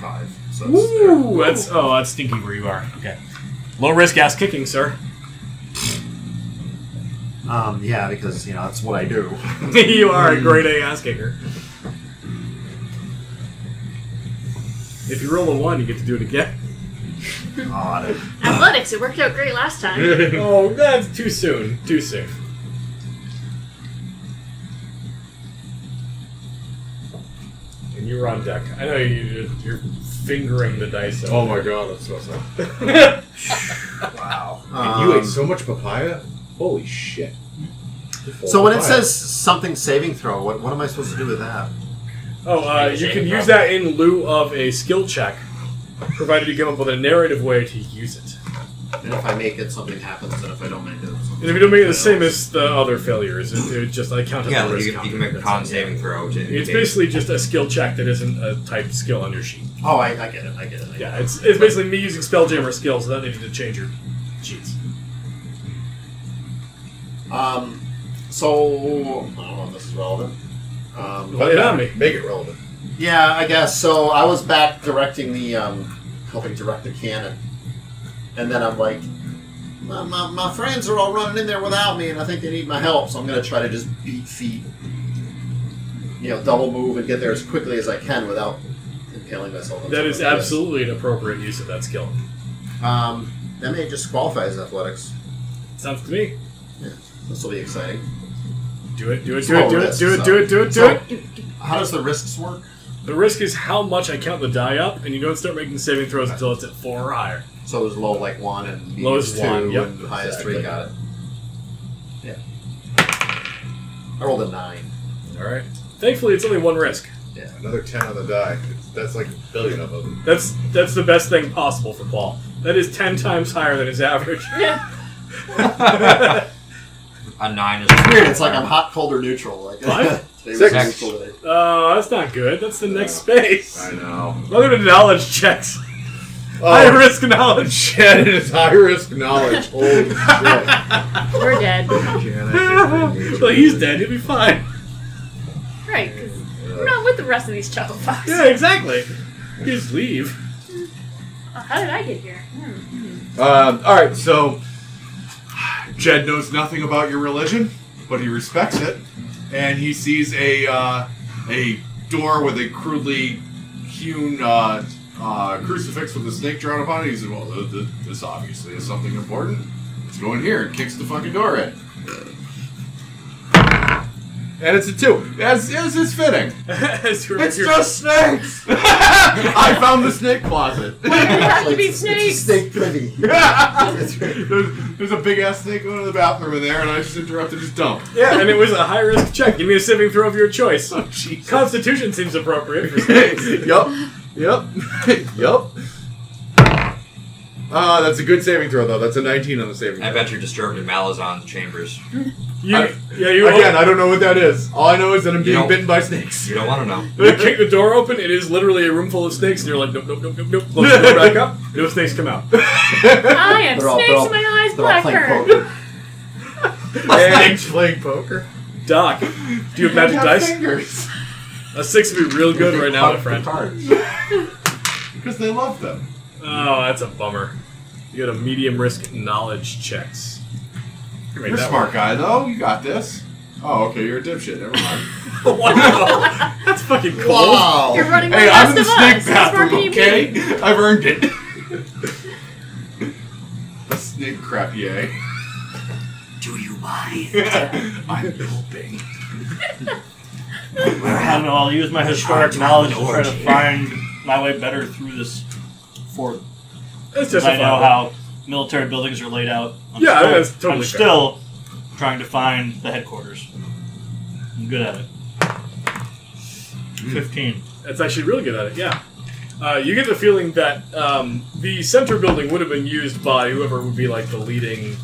Speaker 4: Five. So that's-
Speaker 1: Woo! That's oh, that's stinky where you are. Okay. Low risk ass kicking, sir.
Speaker 10: Um, yeah, because you know that's what I do.
Speaker 1: you are a great A ass kicker. If you roll a one, you get to do it again.
Speaker 10: Odd.
Speaker 2: Athletics. It worked out great last time.
Speaker 1: oh, that's too soon. Too soon. And you're on deck. I know you, you're fingering the dice.
Speaker 9: Oh my god, that's so sad.
Speaker 1: god.
Speaker 10: Wow.
Speaker 9: And you
Speaker 6: Um,
Speaker 9: ate so much papaya. Holy shit.
Speaker 6: So when it
Speaker 9: Papaya.
Speaker 6: says something saving throw, what, what am I supposed to do with that?
Speaker 1: Oh, uh, you can use that in lieu of a skill check, provided you come up with a narrative way to use it.
Speaker 10: And if I make it, something happens, and if I don't make it, something.
Speaker 1: And if you don't make it the same as the other failures, it, it just I count it
Speaker 5: Yeah,
Speaker 1: the risk
Speaker 5: you, can- you
Speaker 1: counter.
Speaker 5: can make a
Speaker 1: That's
Speaker 5: con
Speaker 1: it.
Speaker 5: saving throw. To
Speaker 1: It's
Speaker 5: indicate-
Speaker 1: basically just a skill check that isn't a typed skill on your sheet.
Speaker 10: Oh, I, I get it. I get it. I get
Speaker 1: Yeah, it's, it's basically me using spelljammer skills without needing to change your sheets.
Speaker 10: it. Um, so I don't know if this is relevant. Um,
Speaker 1: Lay it on me.
Speaker 9: Make it relevant.
Speaker 6: Yeah, I guess. So I was back directing the, um, helping direct the cannon. And then I'm like, my, my, my friends are all running in there without me, and I think they need my help, so I'm going to try to just beat feet. You know, double move and get there as quickly as I can without impaling myself. on
Speaker 1: That is
Speaker 6: something.
Speaker 1: absolutely an appropriate use of that skill.
Speaker 6: Um, that may just qualify as athletics.
Speaker 1: Sounds to me.
Speaker 6: This will be exciting.
Speaker 1: Do it, do it, do it, do it, do it, do it, do it, do
Speaker 6: So-
Speaker 1: it.
Speaker 6: How does the risks work?
Speaker 1: The risk is how much I count the die up, and you don't start making saving throws until it's at four or higher.
Speaker 6: So there's low like one and medium
Speaker 1: Low is
Speaker 6: two
Speaker 1: one, yep,
Speaker 6: and high is
Speaker 9: exactly.
Speaker 6: three. Got it. Yeah. I rolled a nine.
Speaker 1: All right. Thankfully, it's only one risk.
Speaker 9: Another 10 on the die. It's- That's like a billion of them.
Speaker 1: That's that's the best thing possible for Paul. That is ten times higher than his average.
Speaker 5: a nine
Speaker 6: It's
Speaker 5: is
Speaker 6: weird. It's like I'm hot, cold, or neutral. Like
Speaker 1: What?
Speaker 6: today was
Speaker 9: Six.
Speaker 6: neutral today.
Speaker 1: Oh, that's not good. That's the next space.
Speaker 4: I know.
Speaker 1: Welcome to knowledge checks.
Speaker 9: Oh,
Speaker 1: High risk knowledge.
Speaker 9: Shannon is high risk knowledge. Holy shit.
Speaker 2: We're dead.
Speaker 1: well, he's dead. He'll be fine.
Speaker 2: Right, because we're not with the rest of these chuckle fucks.
Speaker 1: Yeah, exactly. You just leave.
Speaker 2: Uh, How did I get here? Hmm.
Speaker 4: Um, all right, so Jed knows nothing about your religion, but he respects it, and he sees a uh, a door with a crudely hewn uh, uh, crucifix with a snake drawn upon it. He says, "Well, th- th- this obviously is something important. Let's go in here." And kicks the fucking door in. And it's a two, as as is fitting.
Speaker 1: As you're-
Speaker 4: It's
Speaker 1: you're-
Speaker 4: just snakes. I found the snake closet.
Speaker 2: It has to be snakes!
Speaker 10: Snake privy.
Speaker 4: there's, there's a big ass snake going to the bathroom in there, and I just interrupted his dump.
Speaker 1: yeah, and it was a high risk check. Give me a saving throw of your choice.
Speaker 4: Oh, Jesus.
Speaker 1: Constitution seems appropriate. For
Speaker 4: yep, yep, yep. Uh, that's a good saving throw, though. That's a 19 on the saving
Speaker 5: I
Speaker 4: throw.
Speaker 5: bet you're disturbed in Malazan's chambers.
Speaker 1: you,
Speaker 4: I-
Speaker 1: yeah, you
Speaker 4: Again, I don't know what that is. All I know is that I'm getting
Speaker 5: You know-
Speaker 4: bitten by snakes.
Speaker 5: You don't want to know.
Speaker 1: They kick the door open. It is literally a room full of snakes, and you're like, nope, nope, nope, nope, nope. Close the door back up. No snakes come out.
Speaker 2: I am
Speaker 10: They're all-
Speaker 2: snakes
Speaker 10: they're all-
Speaker 2: in my eyes,
Speaker 10: They're all
Speaker 2: black
Speaker 10: playing
Speaker 2: currant.
Speaker 10: poker.
Speaker 4: Snakes playing poker.
Speaker 1: Doc, do you have magic
Speaker 4: Got
Speaker 1: dice?
Speaker 4: Fingers.
Speaker 1: A six would be real good right now, my friend.
Speaker 4: Because they love them.
Speaker 1: Oh, that's a bummer. You got a medium risk knowledge checks. You made
Speaker 4: You're a
Speaker 1: that
Speaker 4: smart guy, though. You got this. Oh, okay. You're a dipshit. Never mind.
Speaker 1: one. Wow. that's fucking cool.
Speaker 2: You're running with
Speaker 4: Hey,
Speaker 2: the
Speaker 4: I'm
Speaker 2: rest
Speaker 4: in the
Speaker 2: of
Speaker 4: snake
Speaker 2: us. That's where
Speaker 4: bathroom,
Speaker 2: can you be?
Speaker 4: okay? I've earned it. the snake eh? crapier.
Speaker 5: Do you mind?
Speaker 4: I'm helping.
Speaker 3: I don't know. I'll use my historic knowledge to try to find my way better through this fort.
Speaker 1: That's
Speaker 3: Because
Speaker 1: just
Speaker 3: I know
Speaker 1: a
Speaker 3: how military buildings are laid out. I'm
Speaker 1: Yeah,
Speaker 3: still,
Speaker 1: that's totally
Speaker 3: I'm
Speaker 1: fair.
Speaker 3: still trying to find the headquarters. I'm good at it. Fifteen.
Speaker 1: That's actually really good at it. Yeah. Uh, you get the feeling that um, the center building would have been used by whoever would be like the leading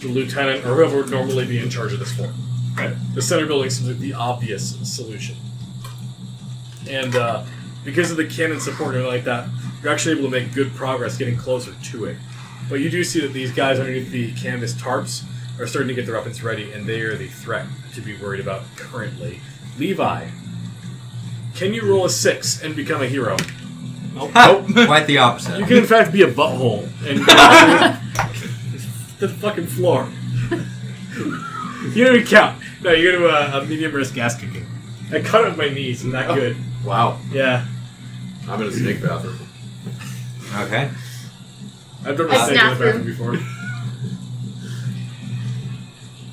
Speaker 1: the lieutenant or whoever would normally be in charge of this fort.
Speaker 3: Right.
Speaker 1: The center building seems like the obvious solution. And uh, because of the cannon support and everything like that, you're actually able to make good progress getting closer to it. But you do see that these guys underneath the canvas tarps are starting to get their weapons ready, and they are the threat to be worried about currently. Levi, can you roll a six and become a hero?
Speaker 5: Quite the opposite.
Speaker 1: You can, in fact, be a butthole and the fucking floor. you don't even count. No, you're gonna uh, a medium risk ass kicking. Oh. I cut up my knees. I'm not good.
Speaker 4: Wow.
Speaker 1: Yeah,
Speaker 4: I'm in a snake bathroom.
Speaker 5: Okay.
Speaker 1: I've never
Speaker 2: I
Speaker 1: sat in the
Speaker 2: snapped
Speaker 1: bathroom before.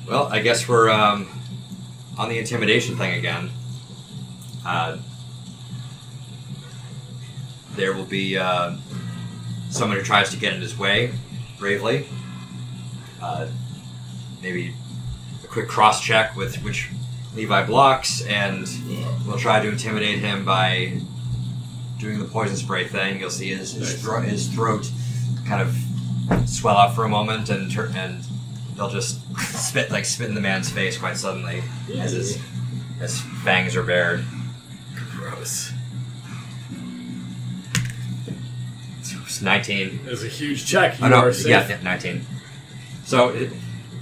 Speaker 5: Well, I guess we're um, on the intimidation thing again. Uh, there will be uh, someone who tries to get in his way bravely. Uh, maybe a quick cross check with which Levi blocks, and we'll try to intimidate him by doing the poison spray thing. You'll see his, his, thro- his throat kind of swell out for a moment and, tur- and they'll just spit like spit in the man's face quite suddenly as his as fangs are bared. Gross. It's nineteen.
Speaker 1: There's a huge check. You
Speaker 5: Oh, no,
Speaker 1: are safe.
Speaker 5: yeah, yeah, nineteen. So it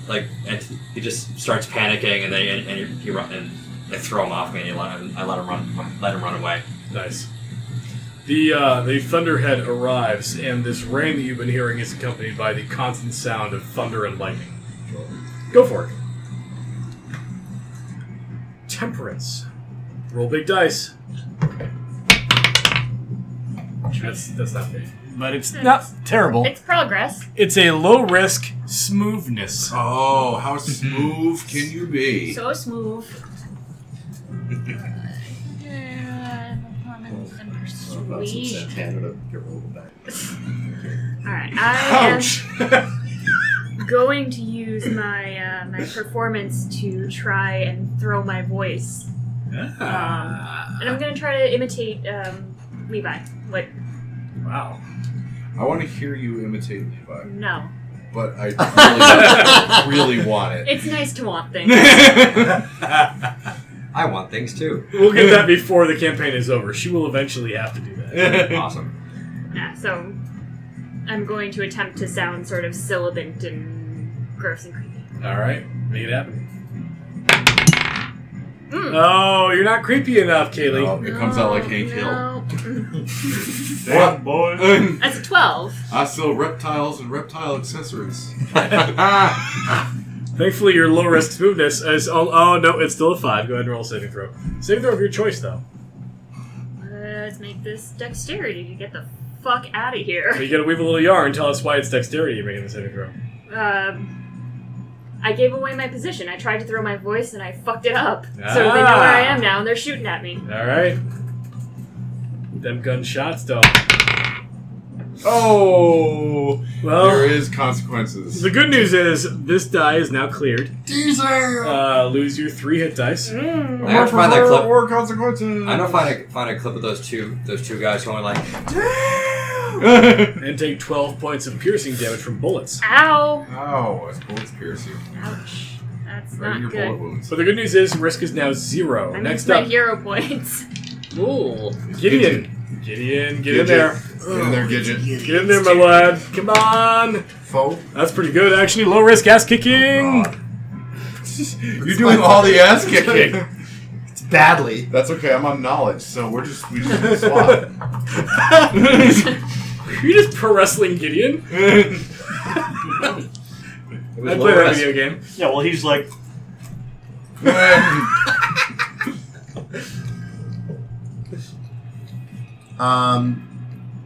Speaker 5: like and he just starts panicking and then and, and he run and I throw him off me and he let him, I let him run let him run away.
Speaker 1: Nice. The uh, the thunderhead arrives, and this rain that you've been hearing is accompanied by the constant sound of thunder and lightning. Go for it. Temperance. Roll big dice. That's that's not big, but it's not terrible.
Speaker 2: It's progress.
Speaker 1: It's a low risk smoothness.
Speaker 4: Oh, how smooth can you be?
Speaker 2: So smooth. Uh, performance and persuasion. Alright, I
Speaker 4: Ouch!
Speaker 2: am going to use my uh, my performance to try and throw my voice. Um, and I'm going to try to imitate um, Levi. What?
Speaker 1: Wow.
Speaker 4: I want to hear you imitate Levi,
Speaker 2: No.
Speaker 4: but I really, really want
Speaker 2: It's nice to want things.
Speaker 4: it.
Speaker 5: I want things too.
Speaker 1: We'll get that before the campaign is over. She will eventually have to do that.
Speaker 5: Awesome.
Speaker 2: Yeah, so I'm going to attempt to sound sort of sibilant and gross and creepy.
Speaker 1: All right, make it happen. Oh, you're not creepy enough, Kaylee.
Speaker 4: No, it comes
Speaker 2: Oh,
Speaker 4: out like Hank Hill.
Speaker 3: Damn, boy.
Speaker 4: Mm.
Speaker 2: That's a 12.
Speaker 4: I sell reptiles and reptile accessories.
Speaker 1: Thankfully, your low risk smoothness is. Oh, oh, no, it's still a 5. Go ahead and roll a saving throw. Saving throw of your choice, though.
Speaker 2: Let's make this dexterity to get the fuck out of here.
Speaker 1: But you gotta weave a little yarn and tell us why it's dexterity you're making the saving throw.
Speaker 2: Um, I gave away my position. I tried to throw my voice and I fucked it up. So they know where I am now and they're shooting at me.
Speaker 1: Alright. Them gunshots, though.
Speaker 4: oh, there
Speaker 1: Well,
Speaker 4: is consequences.
Speaker 1: the good news is this die is now cleared.
Speaker 6: Teaser!
Speaker 1: Uh, lose your three hit dice.
Speaker 2: Mm.
Speaker 5: I gotta find that clip.
Speaker 4: Or consequences.
Speaker 5: I know. Find a find a clip of those two those two guys who only like
Speaker 4: oh,
Speaker 1: And take 12 points of piercing damage from bullets.
Speaker 2: Ow!
Speaker 4: it's bullets pierce you.
Speaker 2: Ouch. That's
Speaker 4: Right in
Speaker 2: not
Speaker 4: your bullet
Speaker 2: good.
Speaker 4: wounds.
Speaker 1: But the good news is risk is now zero.
Speaker 2: I
Speaker 1: Next
Speaker 2: missed my
Speaker 1: up,
Speaker 2: hero points.
Speaker 1: Ooh, Gideon. Gideon, get
Speaker 4: Gidget.
Speaker 1: in there.
Speaker 4: Get in there, Gidget.
Speaker 1: Get in there, my lad. Come on.
Speaker 6: Foe.
Speaker 1: That's pretty good, actually. Low risk ass
Speaker 4: Oh,
Speaker 1: kicking.
Speaker 4: You're doing all the ass kicking.
Speaker 10: It's badly.
Speaker 4: That's okay. I'm on knowledge, so we're just we just swap.
Speaker 1: You're just pro wrestling Gideon.
Speaker 5: it
Speaker 1: I
Speaker 5: was
Speaker 1: play
Speaker 5: low
Speaker 1: that
Speaker 5: risk.
Speaker 1: video game.
Speaker 3: Yeah, well, he's like,
Speaker 6: Um,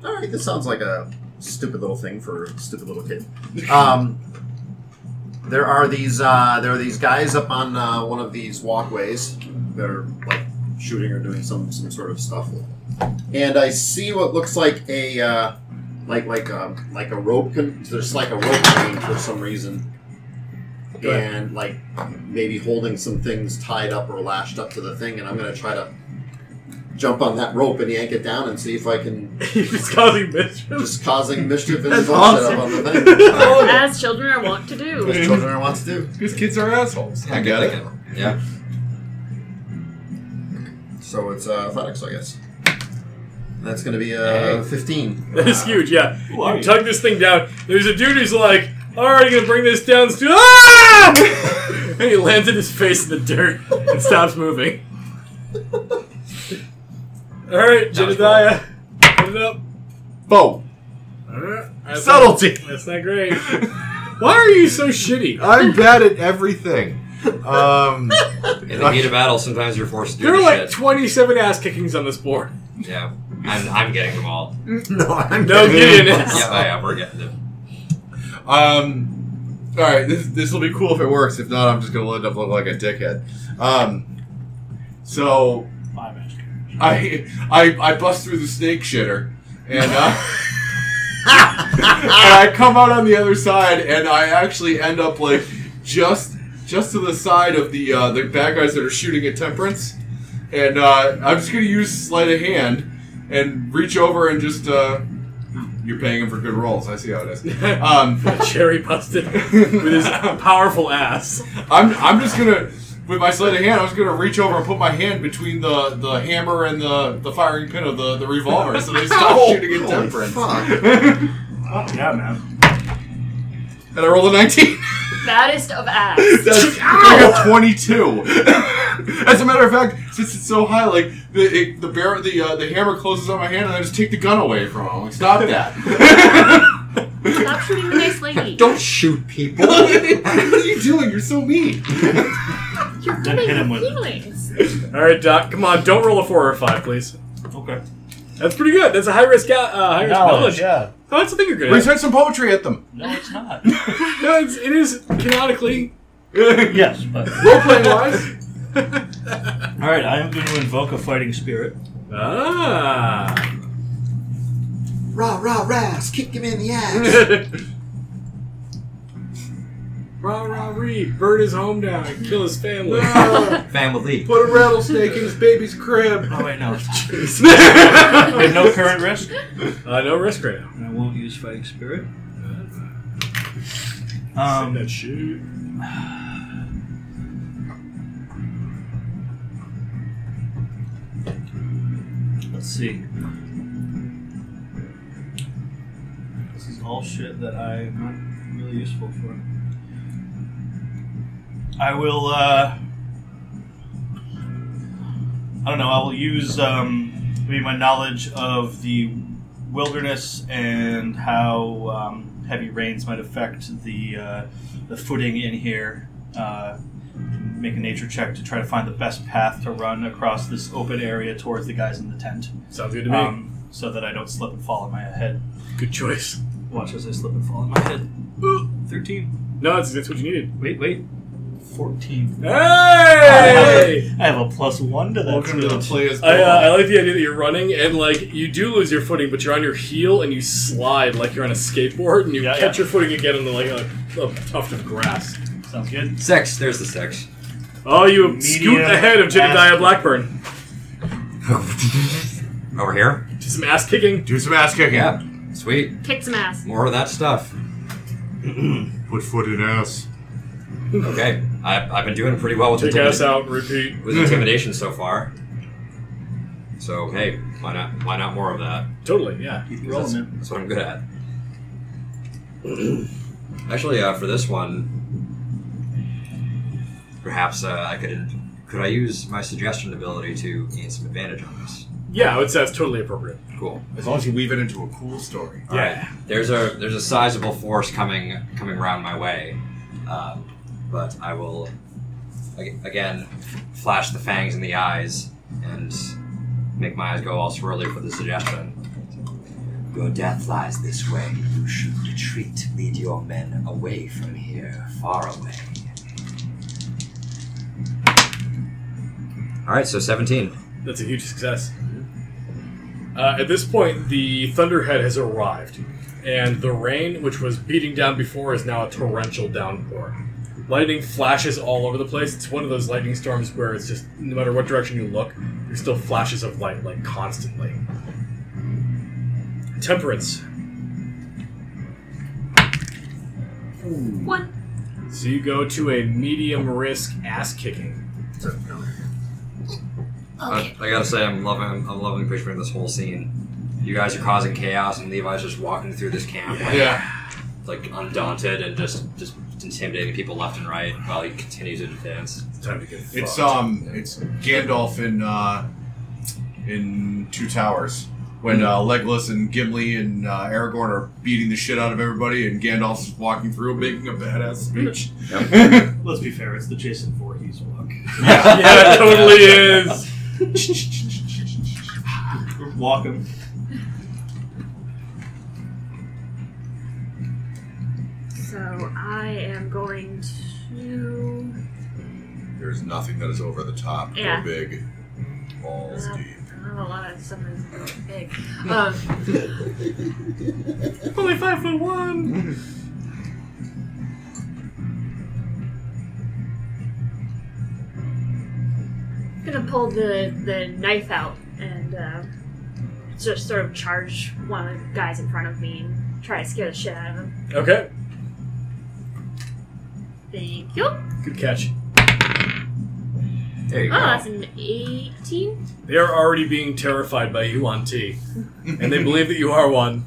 Speaker 6: all right, this sounds like a stupid little thing for a stupid little kid. Um, there are these uh, there are these guys up on uh, one of these walkways that are like shooting or doing some some sort of stuff, and I see what looks like a uh, like like a like a rope. Con- there's like a rope chain for some reason.
Speaker 1: Go ahead.
Speaker 6: And like maybe holding some things tied up or lashed up to the thing, and I'm gonna try to jump on that rope and yank it down and see if I can
Speaker 1: You're just causing mischief.
Speaker 6: just causing mischief and
Speaker 1: That's
Speaker 6: bullshit
Speaker 1: awesome.
Speaker 6: up on the thing.
Speaker 3: Oh.
Speaker 2: As children are wont to do.
Speaker 6: As children are wants to do.
Speaker 4: These kids are assholes. I get it.
Speaker 5: Yeah.
Speaker 6: So it's uh, athletics, I guess. That's going to be uh, 15.
Speaker 1: That is huge, yeah.
Speaker 3: who are
Speaker 1: You
Speaker 3: you?
Speaker 1: tug this thing down. There's a dude who's like, alright, gonna bring this down. Stu- ah! and he lands in his face in the dirt and stops moving. Alright,
Speaker 5: That was
Speaker 1: Jedediah. Put it up.
Speaker 10: Bo.
Speaker 1: Alright, that's not-
Speaker 10: Subtlety.
Speaker 1: That's not great. Why are you so shitty?
Speaker 4: Uh,
Speaker 10: I'm bad at everything. Um,
Speaker 5: In the heat of battle, sometimes you're forced to do
Speaker 1: There are
Speaker 5: this
Speaker 1: like
Speaker 5: shit.
Speaker 1: 27 ass kickings on this board.
Speaker 5: yeah, I'm, I'm getting them all.
Speaker 6: no, I'm
Speaker 1: No Gideon
Speaker 5: Yeah,
Speaker 1: is.
Speaker 5: I am. We're getting them.
Speaker 4: Um, all right, this this will be cool if it works. If not, I'm just gonna end up looking like a dickhead. Um, so
Speaker 3: my magic.
Speaker 4: I I I bust through the snake shitter and. Uh, and I come out on the other side, and I actually end up like just just to the side of the uh, the bad guys that are shooting at Temperance, and uh, I'm just gonna use sleight of hand and reach over and just uh, you're paying him for good rolls. I see how it is. Um,
Speaker 1: Cherry busted with his powerful ass.
Speaker 4: I'm I'm just gonna with my sleight of hand. I'm just gonna reach over and put my hand between the, the hammer and the, the firing pin of the, the revolver, so they stop shooting at
Speaker 6: Holy
Speaker 4: Temperance.
Speaker 6: fuck.
Speaker 3: Oh, yeah, man.
Speaker 4: And I rolled a 19.
Speaker 2: Baddest of ass.
Speaker 4: That's like a 22. As a matter of fact, since it's so high, like the it, the bear, the uh, the hammer closes on my hand, and I just take the gun away from him. Like, stop that!
Speaker 2: Stop shooting the nice lady.
Speaker 10: don't shoot people.
Speaker 4: what are you doing? You're so mean.
Speaker 2: You're
Speaker 3: Then
Speaker 2: getting
Speaker 3: hit him with it.
Speaker 2: feelings.
Speaker 1: Alright, Doc, come on, don't roll a 4 or a 5, please.
Speaker 3: Okay.
Speaker 1: That's pretty good. That's a high risk, uh, high risk knowledge.
Speaker 3: yeah.
Speaker 1: Oh, that's the thing you're good at.
Speaker 4: Recite some poetry at them.
Speaker 3: No, it's not.
Speaker 1: No, it's, it is canonically.
Speaker 3: yes, but.
Speaker 4: Role playing wise.
Speaker 3: Alright, I am going to invoke a fighting spirit.
Speaker 1: Ah.
Speaker 6: Rah, rah, rahs. Kick him in the ass.
Speaker 1: rah, rah, ree. Bird is home now. Kill his family.
Speaker 5: Family.
Speaker 4: Put a rattlesnake in his baby's crib.
Speaker 3: Oh, wait, no. it's-
Speaker 1: uh,
Speaker 3: And no current risk.
Speaker 1: no risk right now.
Speaker 3: And I won't use fighting spirit.
Speaker 1: Send
Speaker 3: Um,
Speaker 1: that shit.
Speaker 3: let's see. This is all shit that I'm not really useful for. I will, uh. I don't know. I will use um, maybe my knowledge of the wilderness and how um, heavy rains might affect the uh, the footing in here. Uh, make a nature check to try to find the best path to run across this open area towards the guys in the tent,
Speaker 1: Sounds good to me.
Speaker 3: um, so that I don't slip and fall on my head.
Speaker 1: good choice.
Speaker 3: Watch as I slip and fall on my head. Ooh, Thirteen.
Speaker 1: No, that's, that's what you needed.
Speaker 3: Wait, wait. Fourteen.
Speaker 1: Hey!
Speaker 3: I have a plus one to that.
Speaker 10: Welcome to the
Speaker 3: speech.
Speaker 10: players.
Speaker 1: I, uh, I
Speaker 10: ball.
Speaker 1: like the idea that you're running and like you do lose your footing, but you're on your heel and you slide like you're on a skateboard and you
Speaker 3: Yeah,
Speaker 1: catch
Speaker 3: yeah.
Speaker 1: your footing again on the like a, a tuft of grass.
Speaker 3: Sounds good.
Speaker 5: Six. There's the six.
Speaker 1: Oh, you scoot
Speaker 3: Medium
Speaker 1: ahead of Jedediah
Speaker 3: ass-
Speaker 1: Blackburn.
Speaker 5: Over here.
Speaker 1: Do some ass kicking.
Speaker 9: Do some ass kicking.
Speaker 5: Yeah. Sweet.
Speaker 2: Kick some ass.
Speaker 5: More of that stuff.
Speaker 9: Put foot in ass.
Speaker 5: Okay. I, I've been doing pretty well with,
Speaker 1: Take
Speaker 5: intimi-
Speaker 1: ass out Mm-hmm. and repeat.
Speaker 5: with intimidation so far. So hey, why not? Why not more of that?
Speaker 1: Totally, yeah.
Speaker 3: Keep
Speaker 5: That's,
Speaker 3: rolling, man.
Speaker 5: that's what I'm good at. Actually, uh, for this one, perhaps uh, I could could I use my suggestion ability to gain some advantage on this.
Speaker 1: Yeah, I would say that's totally appropriate.
Speaker 5: Cool.
Speaker 10: As long as you weave it into a cool story.
Speaker 5: All right. There's a there's a sizable force coming coming around my way, um, but I will ag- again flash the fangs in the eyes and make my eyes go all swirly for the suggestion. Your death lies this way. You should retreat. Lead your men away from here, far away. All right, so 17.
Speaker 1: That's a huge success. Uh, at this point, the thunderhead has arrived, and the rain, which was beating down before, is now a torrential downpour. Lightning flashes all over the place. It's one of those lightning storms where it's just no matter what direction you look, there's still flashes of light, like constantly. Temperance.
Speaker 2: One.
Speaker 1: So you go to a medium risk ass kicking.
Speaker 5: I, I gotta say, I'm loving, I'm loving picturing this whole scene. You guys are causing chaos, and Levi's just walking through this camp, like,
Speaker 9: Yeah.
Speaker 5: like undaunted and just, just intimidating people left and right while he continues to advance.
Speaker 1: It's time to get fucked.
Speaker 10: It's um, it's Gandalf in uh, in Two Towers when uh, Legolas and Gimli and uh, Aragorn are beating the shit out of everybody, and Gandalf's just walking through making a badass speech.
Speaker 3: Let's be fair. It's the Jason Voorhees walk.
Speaker 1: yeah, it totally is.
Speaker 3: Walk him.
Speaker 2: So I am going to.
Speaker 10: There's nothing that is over the top.
Speaker 2: Yeah.
Speaker 10: Go big, balls
Speaker 2: Yeah.
Speaker 10: deep.
Speaker 2: I don't know a lot of stuff that's really big. Um,
Speaker 1: Only five foot one.
Speaker 2: gonna pull the, the knife out and uh, just sort of charge one of the guys in front of me and try to scare the shit out of him.
Speaker 1: Okay,
Speaker 2: Thank you. Oh,
Speaker 1: good catch.
Speaker 5: There you go.
Speaker 2: that's an 18.
Speaker 1: They are already being terrified by you on T, and they believe that you are one,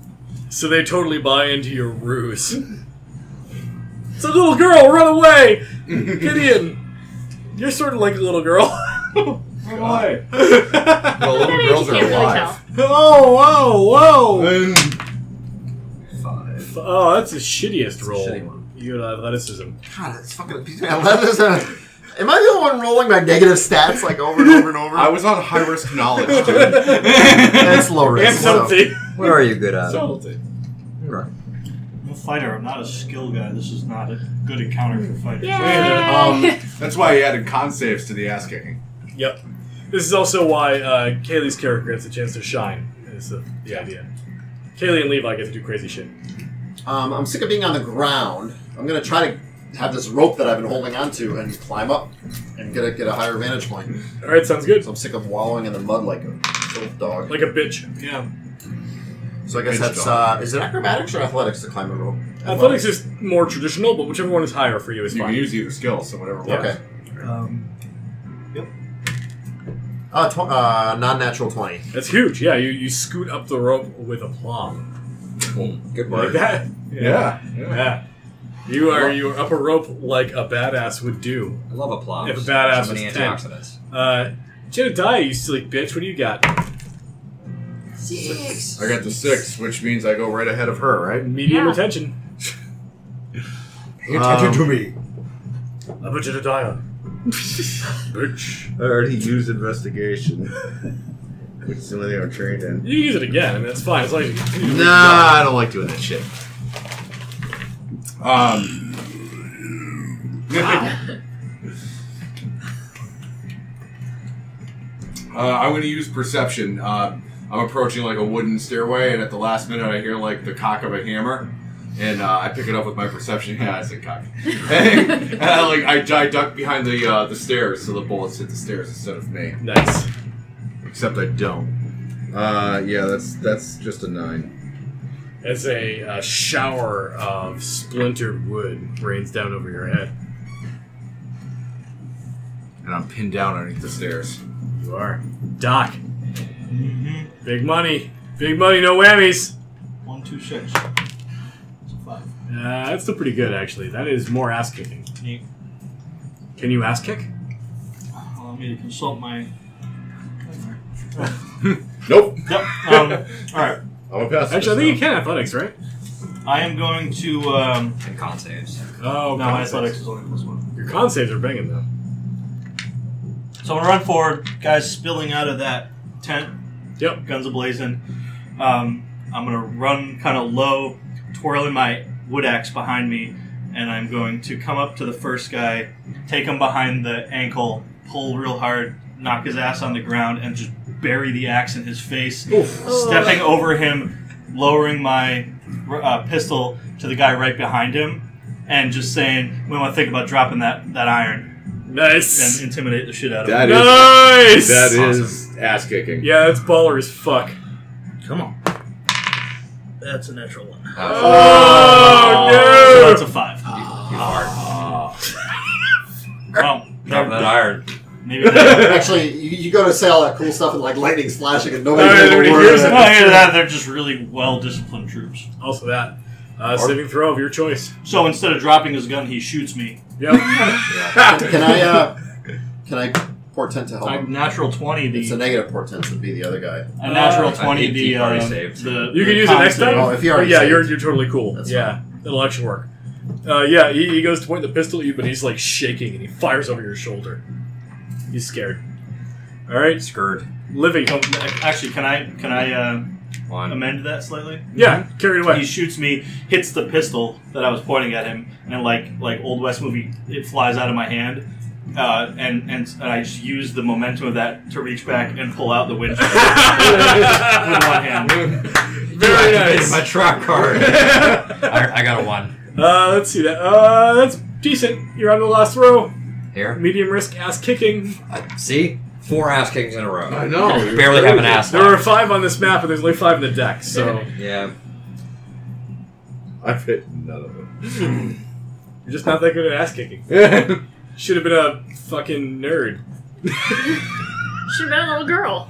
Speaker 1: so they totally buy into your ruse. It's a little girl, run away, Gideon. You're sort of like a little girl. run away.
Speaker 10: The
Speaker 2: At
Speaker 10: little
Speaker 2: that age,
Speaker 10: girls
Speaker 2: you
Speaker 10: are
Speaker 2: can't really
Speaker 10: alive.
Speaker 2: tell.
Speaker 1: oh, whoa, whoa.
Speaker 5: Five.
Speaker 1: Oh, that's the shittiest roll.
Speaker 5: shitty one.
Speaker 1: You got athleticism.
Speaker 6: God, that's fucking. uh, Am I the only one rolling my negative stats like over and over and over?
Speaker 10: I was on high risk knowledge, dude.
Speaker 6: That's low risk.
Speaker 1: And something.
Speaker 5: What are you good at? Right.
Speaker 3: I'm a fighter. I'm not a skill guy. This is not a good encounter for fighters.
Speaker 6: um,
Speaker 2: Yay!
Speaker 10: That's why he added con saves to the ass kicking.
Speaker 1: Yep. This is also why uh, Kaylee's character gets a chance to shine. Is the, the idea. Kaylee and Levi get to do crazy shit.
Speaker 6: Um, I'm sick of being on the ground. I'm gonna try to have this rope that I've been holding onto and climb up and get a get a higher vantage point.
Speaker 1: All right, sounds good.
Speaker 6: So I'm sick of wallowing in the mud like a little dog.
Speaker 1: Like a bitch.
Speaker 3: Yeah.
Speaker 6: so I guess
Speaker 10: Bitch
Speaker 6: that's uh, is it acrobatics or athletics to climb a rope?
Speaker 1: Athletics is more traditional, but whichever one is higher for you is
Speaker 10: You can
Speaker 1: fine.
Speaker 10: use either skill, so whatever works.
Speaker 6: Okay.
Speaker 3: Um,
Speaker 6: Uh, tw- uh, non-natural twenty.
Speaker 1: That's huge. Yeah, you, you scoot up the rope with aplomb.
Speaker 5: Boom. Good
Speaker 1: Like
Speaker 5: work.
Speaker 1: that.
Speaker 10: Yeah. yeah.
Speaker 1: Yeah. You are you are up a rope like a badass would do.
Speaker 5: I love applause.
Speaker 1: If a badass
Speaker 5: so many
Speaker 1: was ten.
Speaker 5: antioxidants.
Speaker 1: Uh, You're gonna die, you silly bitch. What do you got?
Speaker 5: Six.
Speaker 10: I got the six, which means I go right ahead of her, right?
Speaker 1: Medium
Speaker 2: Yeah.
Speaker 1: attention.
Speaker 10: Pay attention to
Speaker 11: me.
Speaker 12: I put you to die on.
Speaker 10: Bitch.
Speaker 11: I already used investigation, which is the only thing I'm trained in.
Speaker 1: You can use it again. I mean, that's fine. As long as you continue to-
Speaker 11: Nah,
Speaker 6: Uh,
Speaker 11: I don't like doing that shit.
Speaker 10: Um. uh, I'm going to use perception. Uh, I'm approaching like a wooden stairway, and at the last minute, I hear like the cock of a hammer, and uh, I pick it up with my perception. Yeah, I said cock. and I, like I, I duck behind the uh, the stairs, so the bullets hit the stairs instead of me.
Speaker 1: Nice.
Speaker 10: Except I don't.
Speaker 11: Uh, yeah, that's that's just a nine.
Speaker 1: As a uh, shower of splintered wood rains down over your head.
Speaker 10: And I'm pinned down underneath the stairs.
Speaker 1: You are. Doc. Big money. Big money, no whammies.
Speaker 3: One, two, six. It's a five.
Speaker 1: Uh, that's still pretty good, actually. That is more ass kicking.
Speaker 3: Neat.
Speaker 1: Can you ass kick?
Speaker 3: Allow me to consult my.
Speaker 10: Nope.
Speaker 3: Yep. Um, all right.
Speaker 10: I'm a pacifist.
Speaker 1: Actually, I think you can athletics, right?
Speaker 3: I am going to. Um,
Speaker 5: And con saves.
Speaker 1: Oh,
Speaker 3: no, my athletics is only plus one.
Speaker 1: Your con saves are banging though.
Speaker 3: So I'm gonna run forward, guys. Spilling out of that tent,
Speaker 1: Yep.
Speaker 3: guns ablazing. Um, I'm gonna run kind of low, twirling my wood axe behind me, and I'm going to come up to the first guy, take him behind the ankle, pull real hard, knock his ass on the ground, and just bury the axe in his face. Stepping over him, lowering my uh, pistol to the guy right behind him, and just saying, "We want to think about dropping that that iron."
Speaker 1: Nice.
Speaker 3: And intimidate the shit out of him.
Speaker 10: That is
Speaker 1: nice.
Speaker 10: That is ass kicking.
Speaker 1: Yeah, that's baller as fuck.
Speaker 12: Come on.
Speaker 3: That's a natural one.
Speaker 1: Oh,
Speaker 3: So
Speaker 1: no!
Speaker 3: that's a five. Well,
Speaker 5: Drop that iron.
Speaker 3: maybe they're,
Speaker 6: Actually, you, you go to say all that cool stuff and like lightning's flashing and nobody
Speaker 1: All right,
Speaker 6: gives a
Speaker 1: everybody
Speaker 6: word.
Speaker 1: hears
Speaker 3: no,
Speaker 1: it.
Speaker 3: either that, they're just really well disciplined troops.
Speaker 1: also that. Uh, saving throw of your choice.
Speaker 3: So instead of dropping his gun, he shoots me.
Speaker 1: Yep.
Speaker 6: Can I? Uh, can I portent to help?
Speaker 3: A
Speaker 6: Him?
Speaker 3: natural twenty,
Speaker 6: Oh. It's a
Speaker 3: the
Speaker 6: negative portent to be the other guy.
Speaker 3: a natural
Speaker 5: Uh,
Speaker 3: twenty, the
Speaker 5: he already
Speaker 3: uh,
Speaker 5: saved.
Speaker 3: the
Speaker 1: you
Speaker 3: the
Speaker 1: can use it next
Speaker 3: con
Speaker 1: time.
Speaker 6: Oh,
Speaker 3: save.
Speaker 6: if you already
Speaker 1: yeah, you're,
Speaker 6: saved.
Speaker 1: you're totally cool.
Speaker 6: That's
Speaker 1: yeah, that'll actually work. Uh, yeah, he, he goes to point the pistol at you, but he's like shaking and he fires over your shoulder. He's scared. All right,
Speaker 5: Scurred.
Speaker 1: Livy.
Speaker 3: So, Actually, can I can I uh,
Speaker 5: One.
Speaker 3: amend that slightly?
Speaker 1: Yeah, carried
Speaker 3: He
Speaker 1: away.
Speaker 3: shoots me, hits the pistol that I was pointing at him, and like like old west movie, it flies out of my hand, uh, and, and and I just use the momentum of that to reach back and pull out the windshield with one hand.
Speaker 1: Very nice.
Speaker 5: My trap card. I, I got a one.
Speaker 1: Uh, let's see that. Uh, that's decent. You're on the last row.
Speaker 5: Here.
Speaker 1: Medium risk ass kicking.
Speaker 5: I, see? Four ass kickings in a row.
Speaker 10: I know.
Speaker 5: I barely have an ass.
Speaker 1: There are
Speaker 5: left.
Speaker 1: five on this map, and there's only five in the deck. So
Speaker 5: Yeah.
Speaker 10: I've hit none of them.
Speaker 1: you're just not that good at ass kicking. Should have been a fucking nerd.
Speaker 2: Should have been a little girl.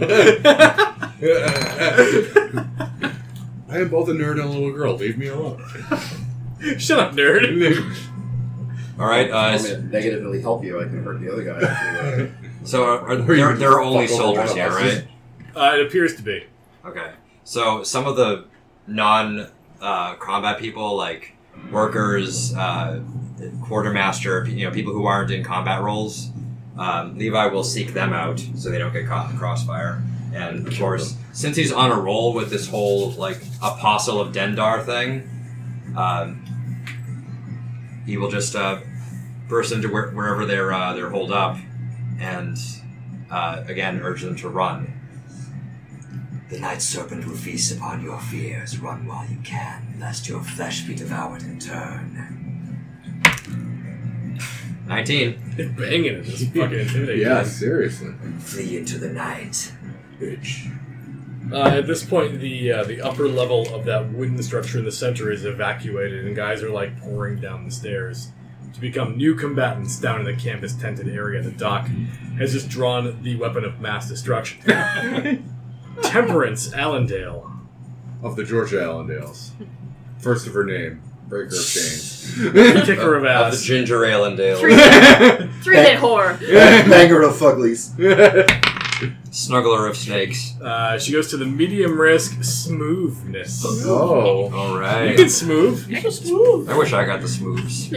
Speaker 10: I am both a nerd and a little girl. Leave me alone.
Speaker 1: Shut up, nerd.
Speaker 5: All right. Uh,
Speaker 6: I'm
Speaker 5: it's-
Speaker 6: gonna negatively help you. I can hurt the other guy.
Speaker 5: so are, are, there, there are only
Speaker 6: Fuck over
Speaker 5: soldiers
Speaker 6: one
Speaker 5: here,
Speaker 6: of us.
Speaker 5: right?
Speaker 1: Uh, it appears to be.
Speaker 5: Okay. So some of the non uh, combat people, like workers, uh, quartermaster, you know, people who aren't in combat roles, um, Levi will seek them out so they don't get caught in the crossfire. And of course, since he's on a roll with this whole like apostle of Dendar thing, um, he will just uh, burst into where, wherever they're uh, they're holed up, and uh, again urge them to run. The night serpent will feast upon your fears. Run while you can, lest your flesh be devoured in turn. Nineteen.
Speaker 1: They're banging it. It's fucking intimidating.
Speaker 10: Yeah, seriously.
Speaker 5: Flee into the night.
Speaker 10: Bitch.
Speaker 1: Uh, at this point, the uh, the upper level of that wooden structure in the center is evacuated, and guys are like pouring down the stairs to become new combatants down in the campus tented area. The doc has just drawn the weapon of mass destruction. Temperance Allendale.
Speaker 10: Of the Georgia Allendales. First of her name. Breaker of chains.
Speaker 1: Kicker
Speaker 5: Of
Speaker 1: of
Speaker 5: the
Speaker 1: ass.
Speaker 5: ginger ale and dale.
Speaker 2: Three bit, three bit whore.
Speaker 6: Banger of Fuglies.
Speaker 5: Snuggler of snakes.
Speaker 1: Uh, she goes to the medium risk smoothness.
Speaker 11: Oh.
Speaker 5: All
Speaker 1: You
Speaker 5: right.
Speaker 1: can smooth.
Speaker 5: I wish I got the smooths.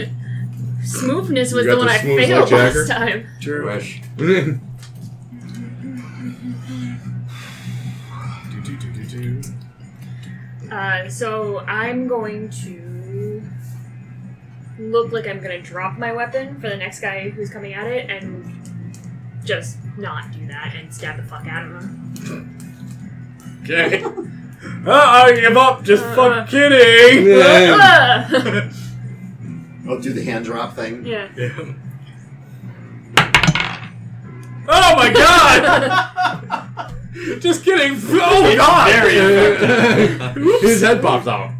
Speaker 2: Smoothness was
Speaker 11: You got
Speaker 2: the one
Speaker 11: the
Speaker 2: I
Speaker 11: smooth
Speaker 2: failed
Speaker 11: like Jagger?
Speaker 2: last time.
Speaker 5: Wish.
Speaker 2: Uh, so I'm going to look like I'm going to drop my weapon for the next guy who's coming at it and just not do that and stab the fuck out of him.
Speaker 1: Okay. Uh, I give up. Just fuck kidding.
Speaker 11: Yeah.
Speaker 2: Ah!
Speaker 6: I'll do the hand drop thing.
Speaker 2: yeah.
Speaker 1: Yeah. Oh my god! Just kidding. Oh god!
Speaker 11: His head pops out.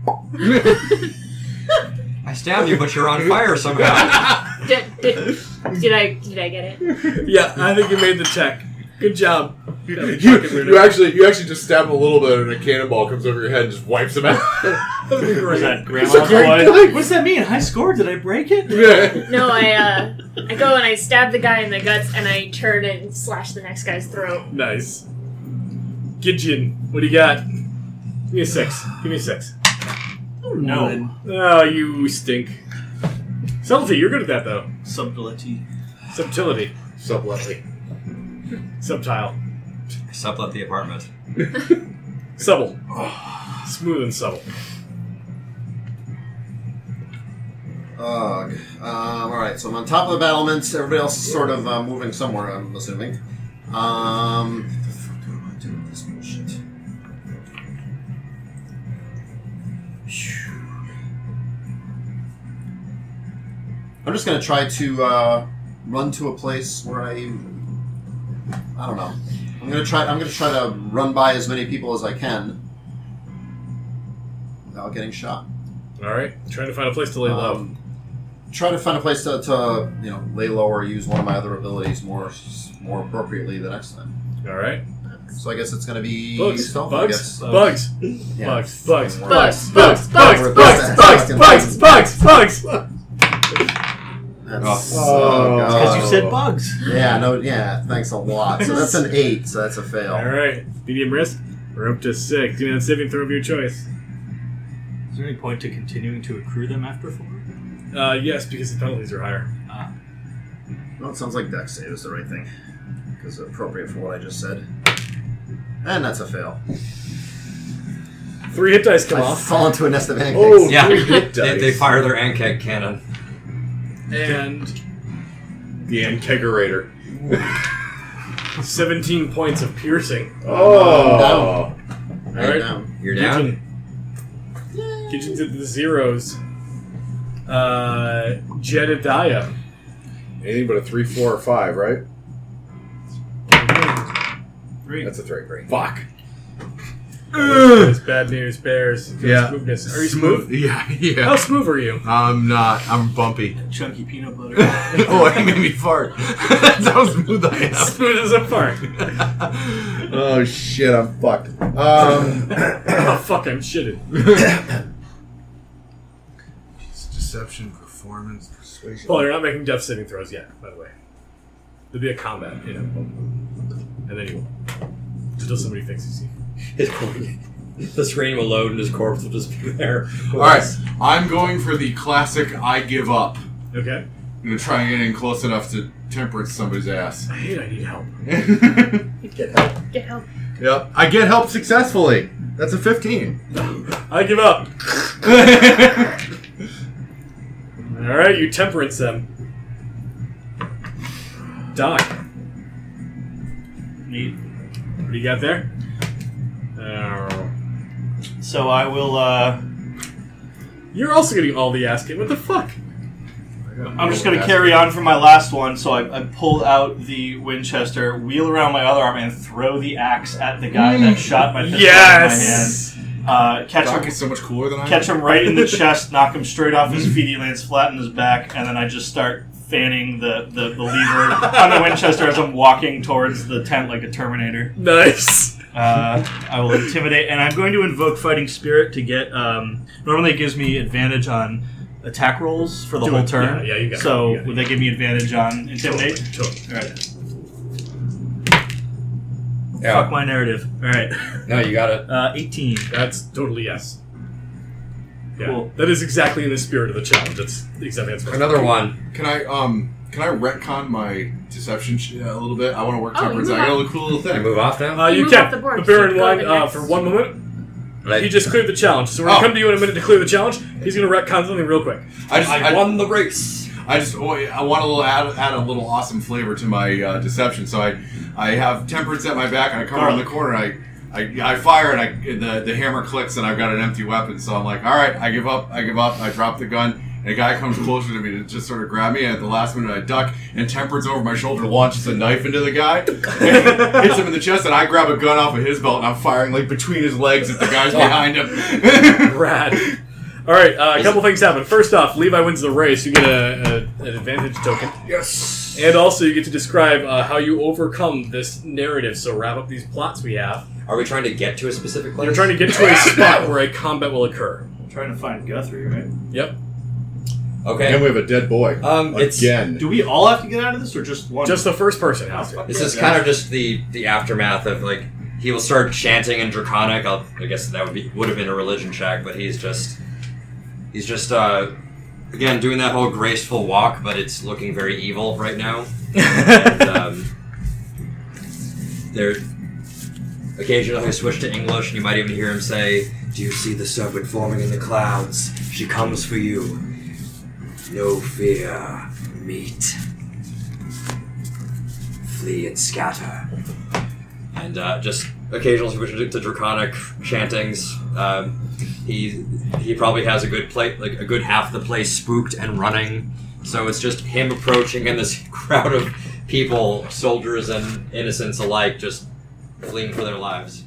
Speaker 5: I stabbed you, but you're on fire somehow.
Speaker 2: Did, did, did I did I get it?
Speaker 1: Yeah, I think you made the check. Good job. That was
Speaker 9: You,
Speaker 1: fucking weird.
Speaker 9: you actually you actually just stab him a little bit and a cannonball comes over your head and just wipes him out.
Speaker 1: That was
Speaker 3: Was
Speaker 1: great.
Speaker 3: that grandma's boy?
Speaker 9: Like,
Speaker 12: What does that mean? High score? Did I break it?
Speaker 9: yeah.
Speaker 2: No, I uh, I go and I stab the guy in the guts and I turn and slash the next guy's throat.
Speaker 1: Nice. Gidgeon, what do you got? Give me a six. Give me a six.
Speaker 3: No.
Speaker 1: Oh, you stink. Subtlety, you're good at that though.
Speaker 3: Subtlety.
Speaker 1: Subtility.
Speaker 9: Subtly.
Speaker 1: Subtile.
Speaker 5: I sublet the apartment.
Speaker 1: Subtle. Smooth and subtle.
Speaker 6: Ugh. Um, all right, so I'm on top of the battlements. Everybody else is sort of uh, moving somewhere. I'm assuming. Um, what the fuck am I doing with this bullshit? Phew. I'm just gonna try to uh, run to a place where I, I don't know. I'm gonna try. I'm gonna try to run by as many people as I can without getting shot
Speaker 1: Alright. Trying to find a place to lay low.
Speaker 6: um, try to find a place to, to you know lay low or use one of my other abilities more more appropriately the next time.
Speaker 1: Alright.
Speaker 6: So I guess it's gonna be
Speaker 1: Bugs.
Speaker 6: stealth, I
Speaker 1: Bugs.
Speaker 6: guess.
Speaker 1: Bugs.
Speaker 6: Yeah.
Speaker 1: Bugs. Bugs.
Speaker 6: Something
Speaker 1: Bugs.
Speaker 6: worse.
Speaker 1: Bugs. Bugs.
Speaker 6: We're
Speaker 1: Bugs.
Speaker 6: back.
Speaker 1: Bugs. Bugs. Bugs. Bugs.
Speaker 6: That's,
Speaker 11: Oh.
Speaker 6: oh,
Speaker 11: Because
Speaker 12: Because
Speaker 6: God.
Speaker 12: you said bugs.
Speaker 6: yeah, no, yeah. Thanks a lot. So that's an eight. So that's a fail.
Speaker 1: Alright. Medium risk. We're up to six. Give me that saving throw of your choice.
Speaker 3: Is there any point to continuing to accrue them after four?
Speaker 1: Uh, yes, because the penalties are higher.
Speaker 6: Well, it sounds like deck save is the right thing because appropriate for what I just said. And that's a fail.
Speaker 1: Three hit dice come
Speaker 6: I
Speaker 1: off.
Speaker 6: fall into a nest of pancakes.
Speaker 11: Oh,
Speaker 5: Yeah.
Speaker 11: three hit
Speaker 5: They,
Speaker 11: dice.
Speaker 5: they fire their ankeg cannon.
Speaker 1: And
Speaker 9: The Ankegerator.
Speaker 1: 17 points of piercing.
Speaker 5: Um,
Speaker 6: Oh. right,
Speaker 1: Alright.
Speaker 6: now.
Speaker 5: You're down.
Speaker 1: Gidgeon. Gidgeon's at the zeros. Uh, Jedediah.
Speaker 9: Anything but a three, four, or five, right?
Speaker 3: Three.
Speaker 9: That's a three, great. Fuck.
Speaker 1: That's bad news, bears.
Speaker 4: Yeah.
Speaker 1: Smoothness. Are you smooth?
Speaker 4: Yeah,
Speaker 1: How
Speaker 4: yeah.
Speaker 1: smooth are you?
Speaker 4: I'm not. I'm bumpy.
Speaker 3: Chunky peanut butter.
Speaker 4: oh, it made me fart. That's how smooth I am.
Speaker 1: Smooth as a fart.
Speaker 11: Oh shit, I'm fucked. Um,
Speaker 1: oh, fuck, I'm shitted.
Speaker 4: Deception, performance, persuasion.
Speaker 1: Well, you're not making death saving throws yet, by the way. There'll be a combat, you know. And then you Until somebody fixes you.
Speaker 12: the screen will load and his corpse will just be there.
Speaker 4: All right, I'm going for the classic "I give up."
Speaker 1: Okay?
Speaker 4: I'm gonna try and get in close enough to temperance somebody's ass.
Speaker 1: I hate I need help.
Speaker 4: yep,
Speaker 2: Get help.
Speaker 4: I get help successfully. That's a 15.
Speaker 1: I give up.
Speaker 4: All
Speaker 1: Alright, you temperance them. Doc,
Speaker 3: Neat.
Speaker 1: what do you got there? Uh,
Speaker 3: So I will. uh...
Speaker 1: You're also getting all the ass kicked. What the fuck?
Speaker 3: I'm just going to carry on from my last one, so I, I pull out the Winchester, wheel around my other arm, and throw the axe at the guy that shot my pistol out of my hand. Uh, catch,
Speaker 4: Doc
Speaker 3: him,
Speaker 4: is so much cooler than I
Speaker 3: catch
Speaker 4: am.
Speaker 3: him right in the chest, knock him straight off his feet, he lands flat on his back, and then I just start fanning the, the, the lever on the Winchester as I'm walking towards the tent like a Terminator.
Speaker 1: Nice.
Speaker 3: Uh, I will intimidate, and I'm going to invoke Fighting Spirit to get. Um, normally, it gives me advantage on attack rolls for the
Speaker 1: Do
Speaker 3: whole
Speaker 1: it.
Speaker 3: turn.
Speaker 1: Yeah, yeah, you got it.
Speaker 3: So
Speaker 1: You got it.
Speaker 3: would that give me advantage on intimidate?
Speaker 1: Totally.
Speaker 3: All right.
Speaker 5: Yeah.
Speaker 3: Fuck my narrative. All right.
Speaker 5: No, you got it.
Speaker 3: Uh, 18.
Speaker 1: That's totally yes. Yeah.
Speaker 3: Cool.
Speaker 1: That is exactly in the spirit of the challenge. That's exactly that's what
Speaker 5: Another one.
Speaker 4: Can I um can I retcon my deception sh- a little bit? I want to work
Speaker 2: Oh,
Speaker 4: backwards.
Speaker 2: you
Speaker 4: I got a little cool little
Speaker 5: Can I
Speaker 4: thing.
Speaker 5: move off now?
Speaker 1: Uh, you
Speaker 2: Move
Speaker 1: can,
Speaker 2: off the board.
Speaker 1: but bear in
Speaker 2: Go
Speaker 1: mind
Speaker 2: to
Speaker 1: uh,
Speaker 2: next.
Speaker 1: for one moment,
Speaker 5: Right.
Speaker 1: he just cleared the challenge. So we're gonna
Speaker 4: Oh.
Speaker 1: come to you in a minute to clear the challenge. He's gonna retcon something real quick.
Speaker 4: I just I,
Speaker 5: won the race.
Speaker 4: I just oh, yeah, I want a little add, add a little awesome flavor to my uh, deception. So I I have temperance at my back and I come around the corner. And I, I I fire and I and the the hammer clicks and I've got an empty weapon. So I'm like, all right, I give up. I give up. I drop the gun. And a guy comes closer to me to just sort of grab me, and at the last minute I duck, and Temperance over my shoulder launches a knife into the guy, and hits him in the chest, and I grab a gun off of his belt, and I'm firing like between his legs at the guys behind him.
Speaker 1: Rad. All right, uh, a couple things happen. First off, Levi wins the race. You get a, a, an advantage token,
Speaker 4: yes.
Speaker 1: and also you get to describe uh, how you overcome this narrative. So wrap up these plots we have.
Speaker 5: Are we trying to get to a specific place?
Speaker 1: You're trying to get to a spot where a combat will occur.
Speaker 3: trying to find Guthrie, right?
Speaker 1: Yep.
Speaker 5: Okay.
Speaker 13: And we have a dead boy.
Speaker 5: Um, it's
Speaker 13: Again.
Speaker 3: Do we all have to get out of this, or just one?
Speaker 1: Just the first person.
Speaker 3: Oh, fuck
Speaker 5: this
Speaker 3: yeah,
Speaker 5: is
Speaker 3: guys.
Speaker 5: kind of just the the aftermath of like he will start chanting in draconic. I'll, I guess that would be would have been a religion check, but he's just he's just uh again doing that whole graceful walk, but it's looking very evil right now. and, um, there, occasionally I switch to English, and you might even hear him say, "Do you see the serpent forming in the clouds? She comes for you. No fear, meet. Flee and scatter." And uh, just occasional switch to, to draconic chantings. Um, he he probably has a good play, like a good half the place spooked and running. So it's just him approaching and this crowd of people, soldiers and innocents alike, just fleeing for their lives.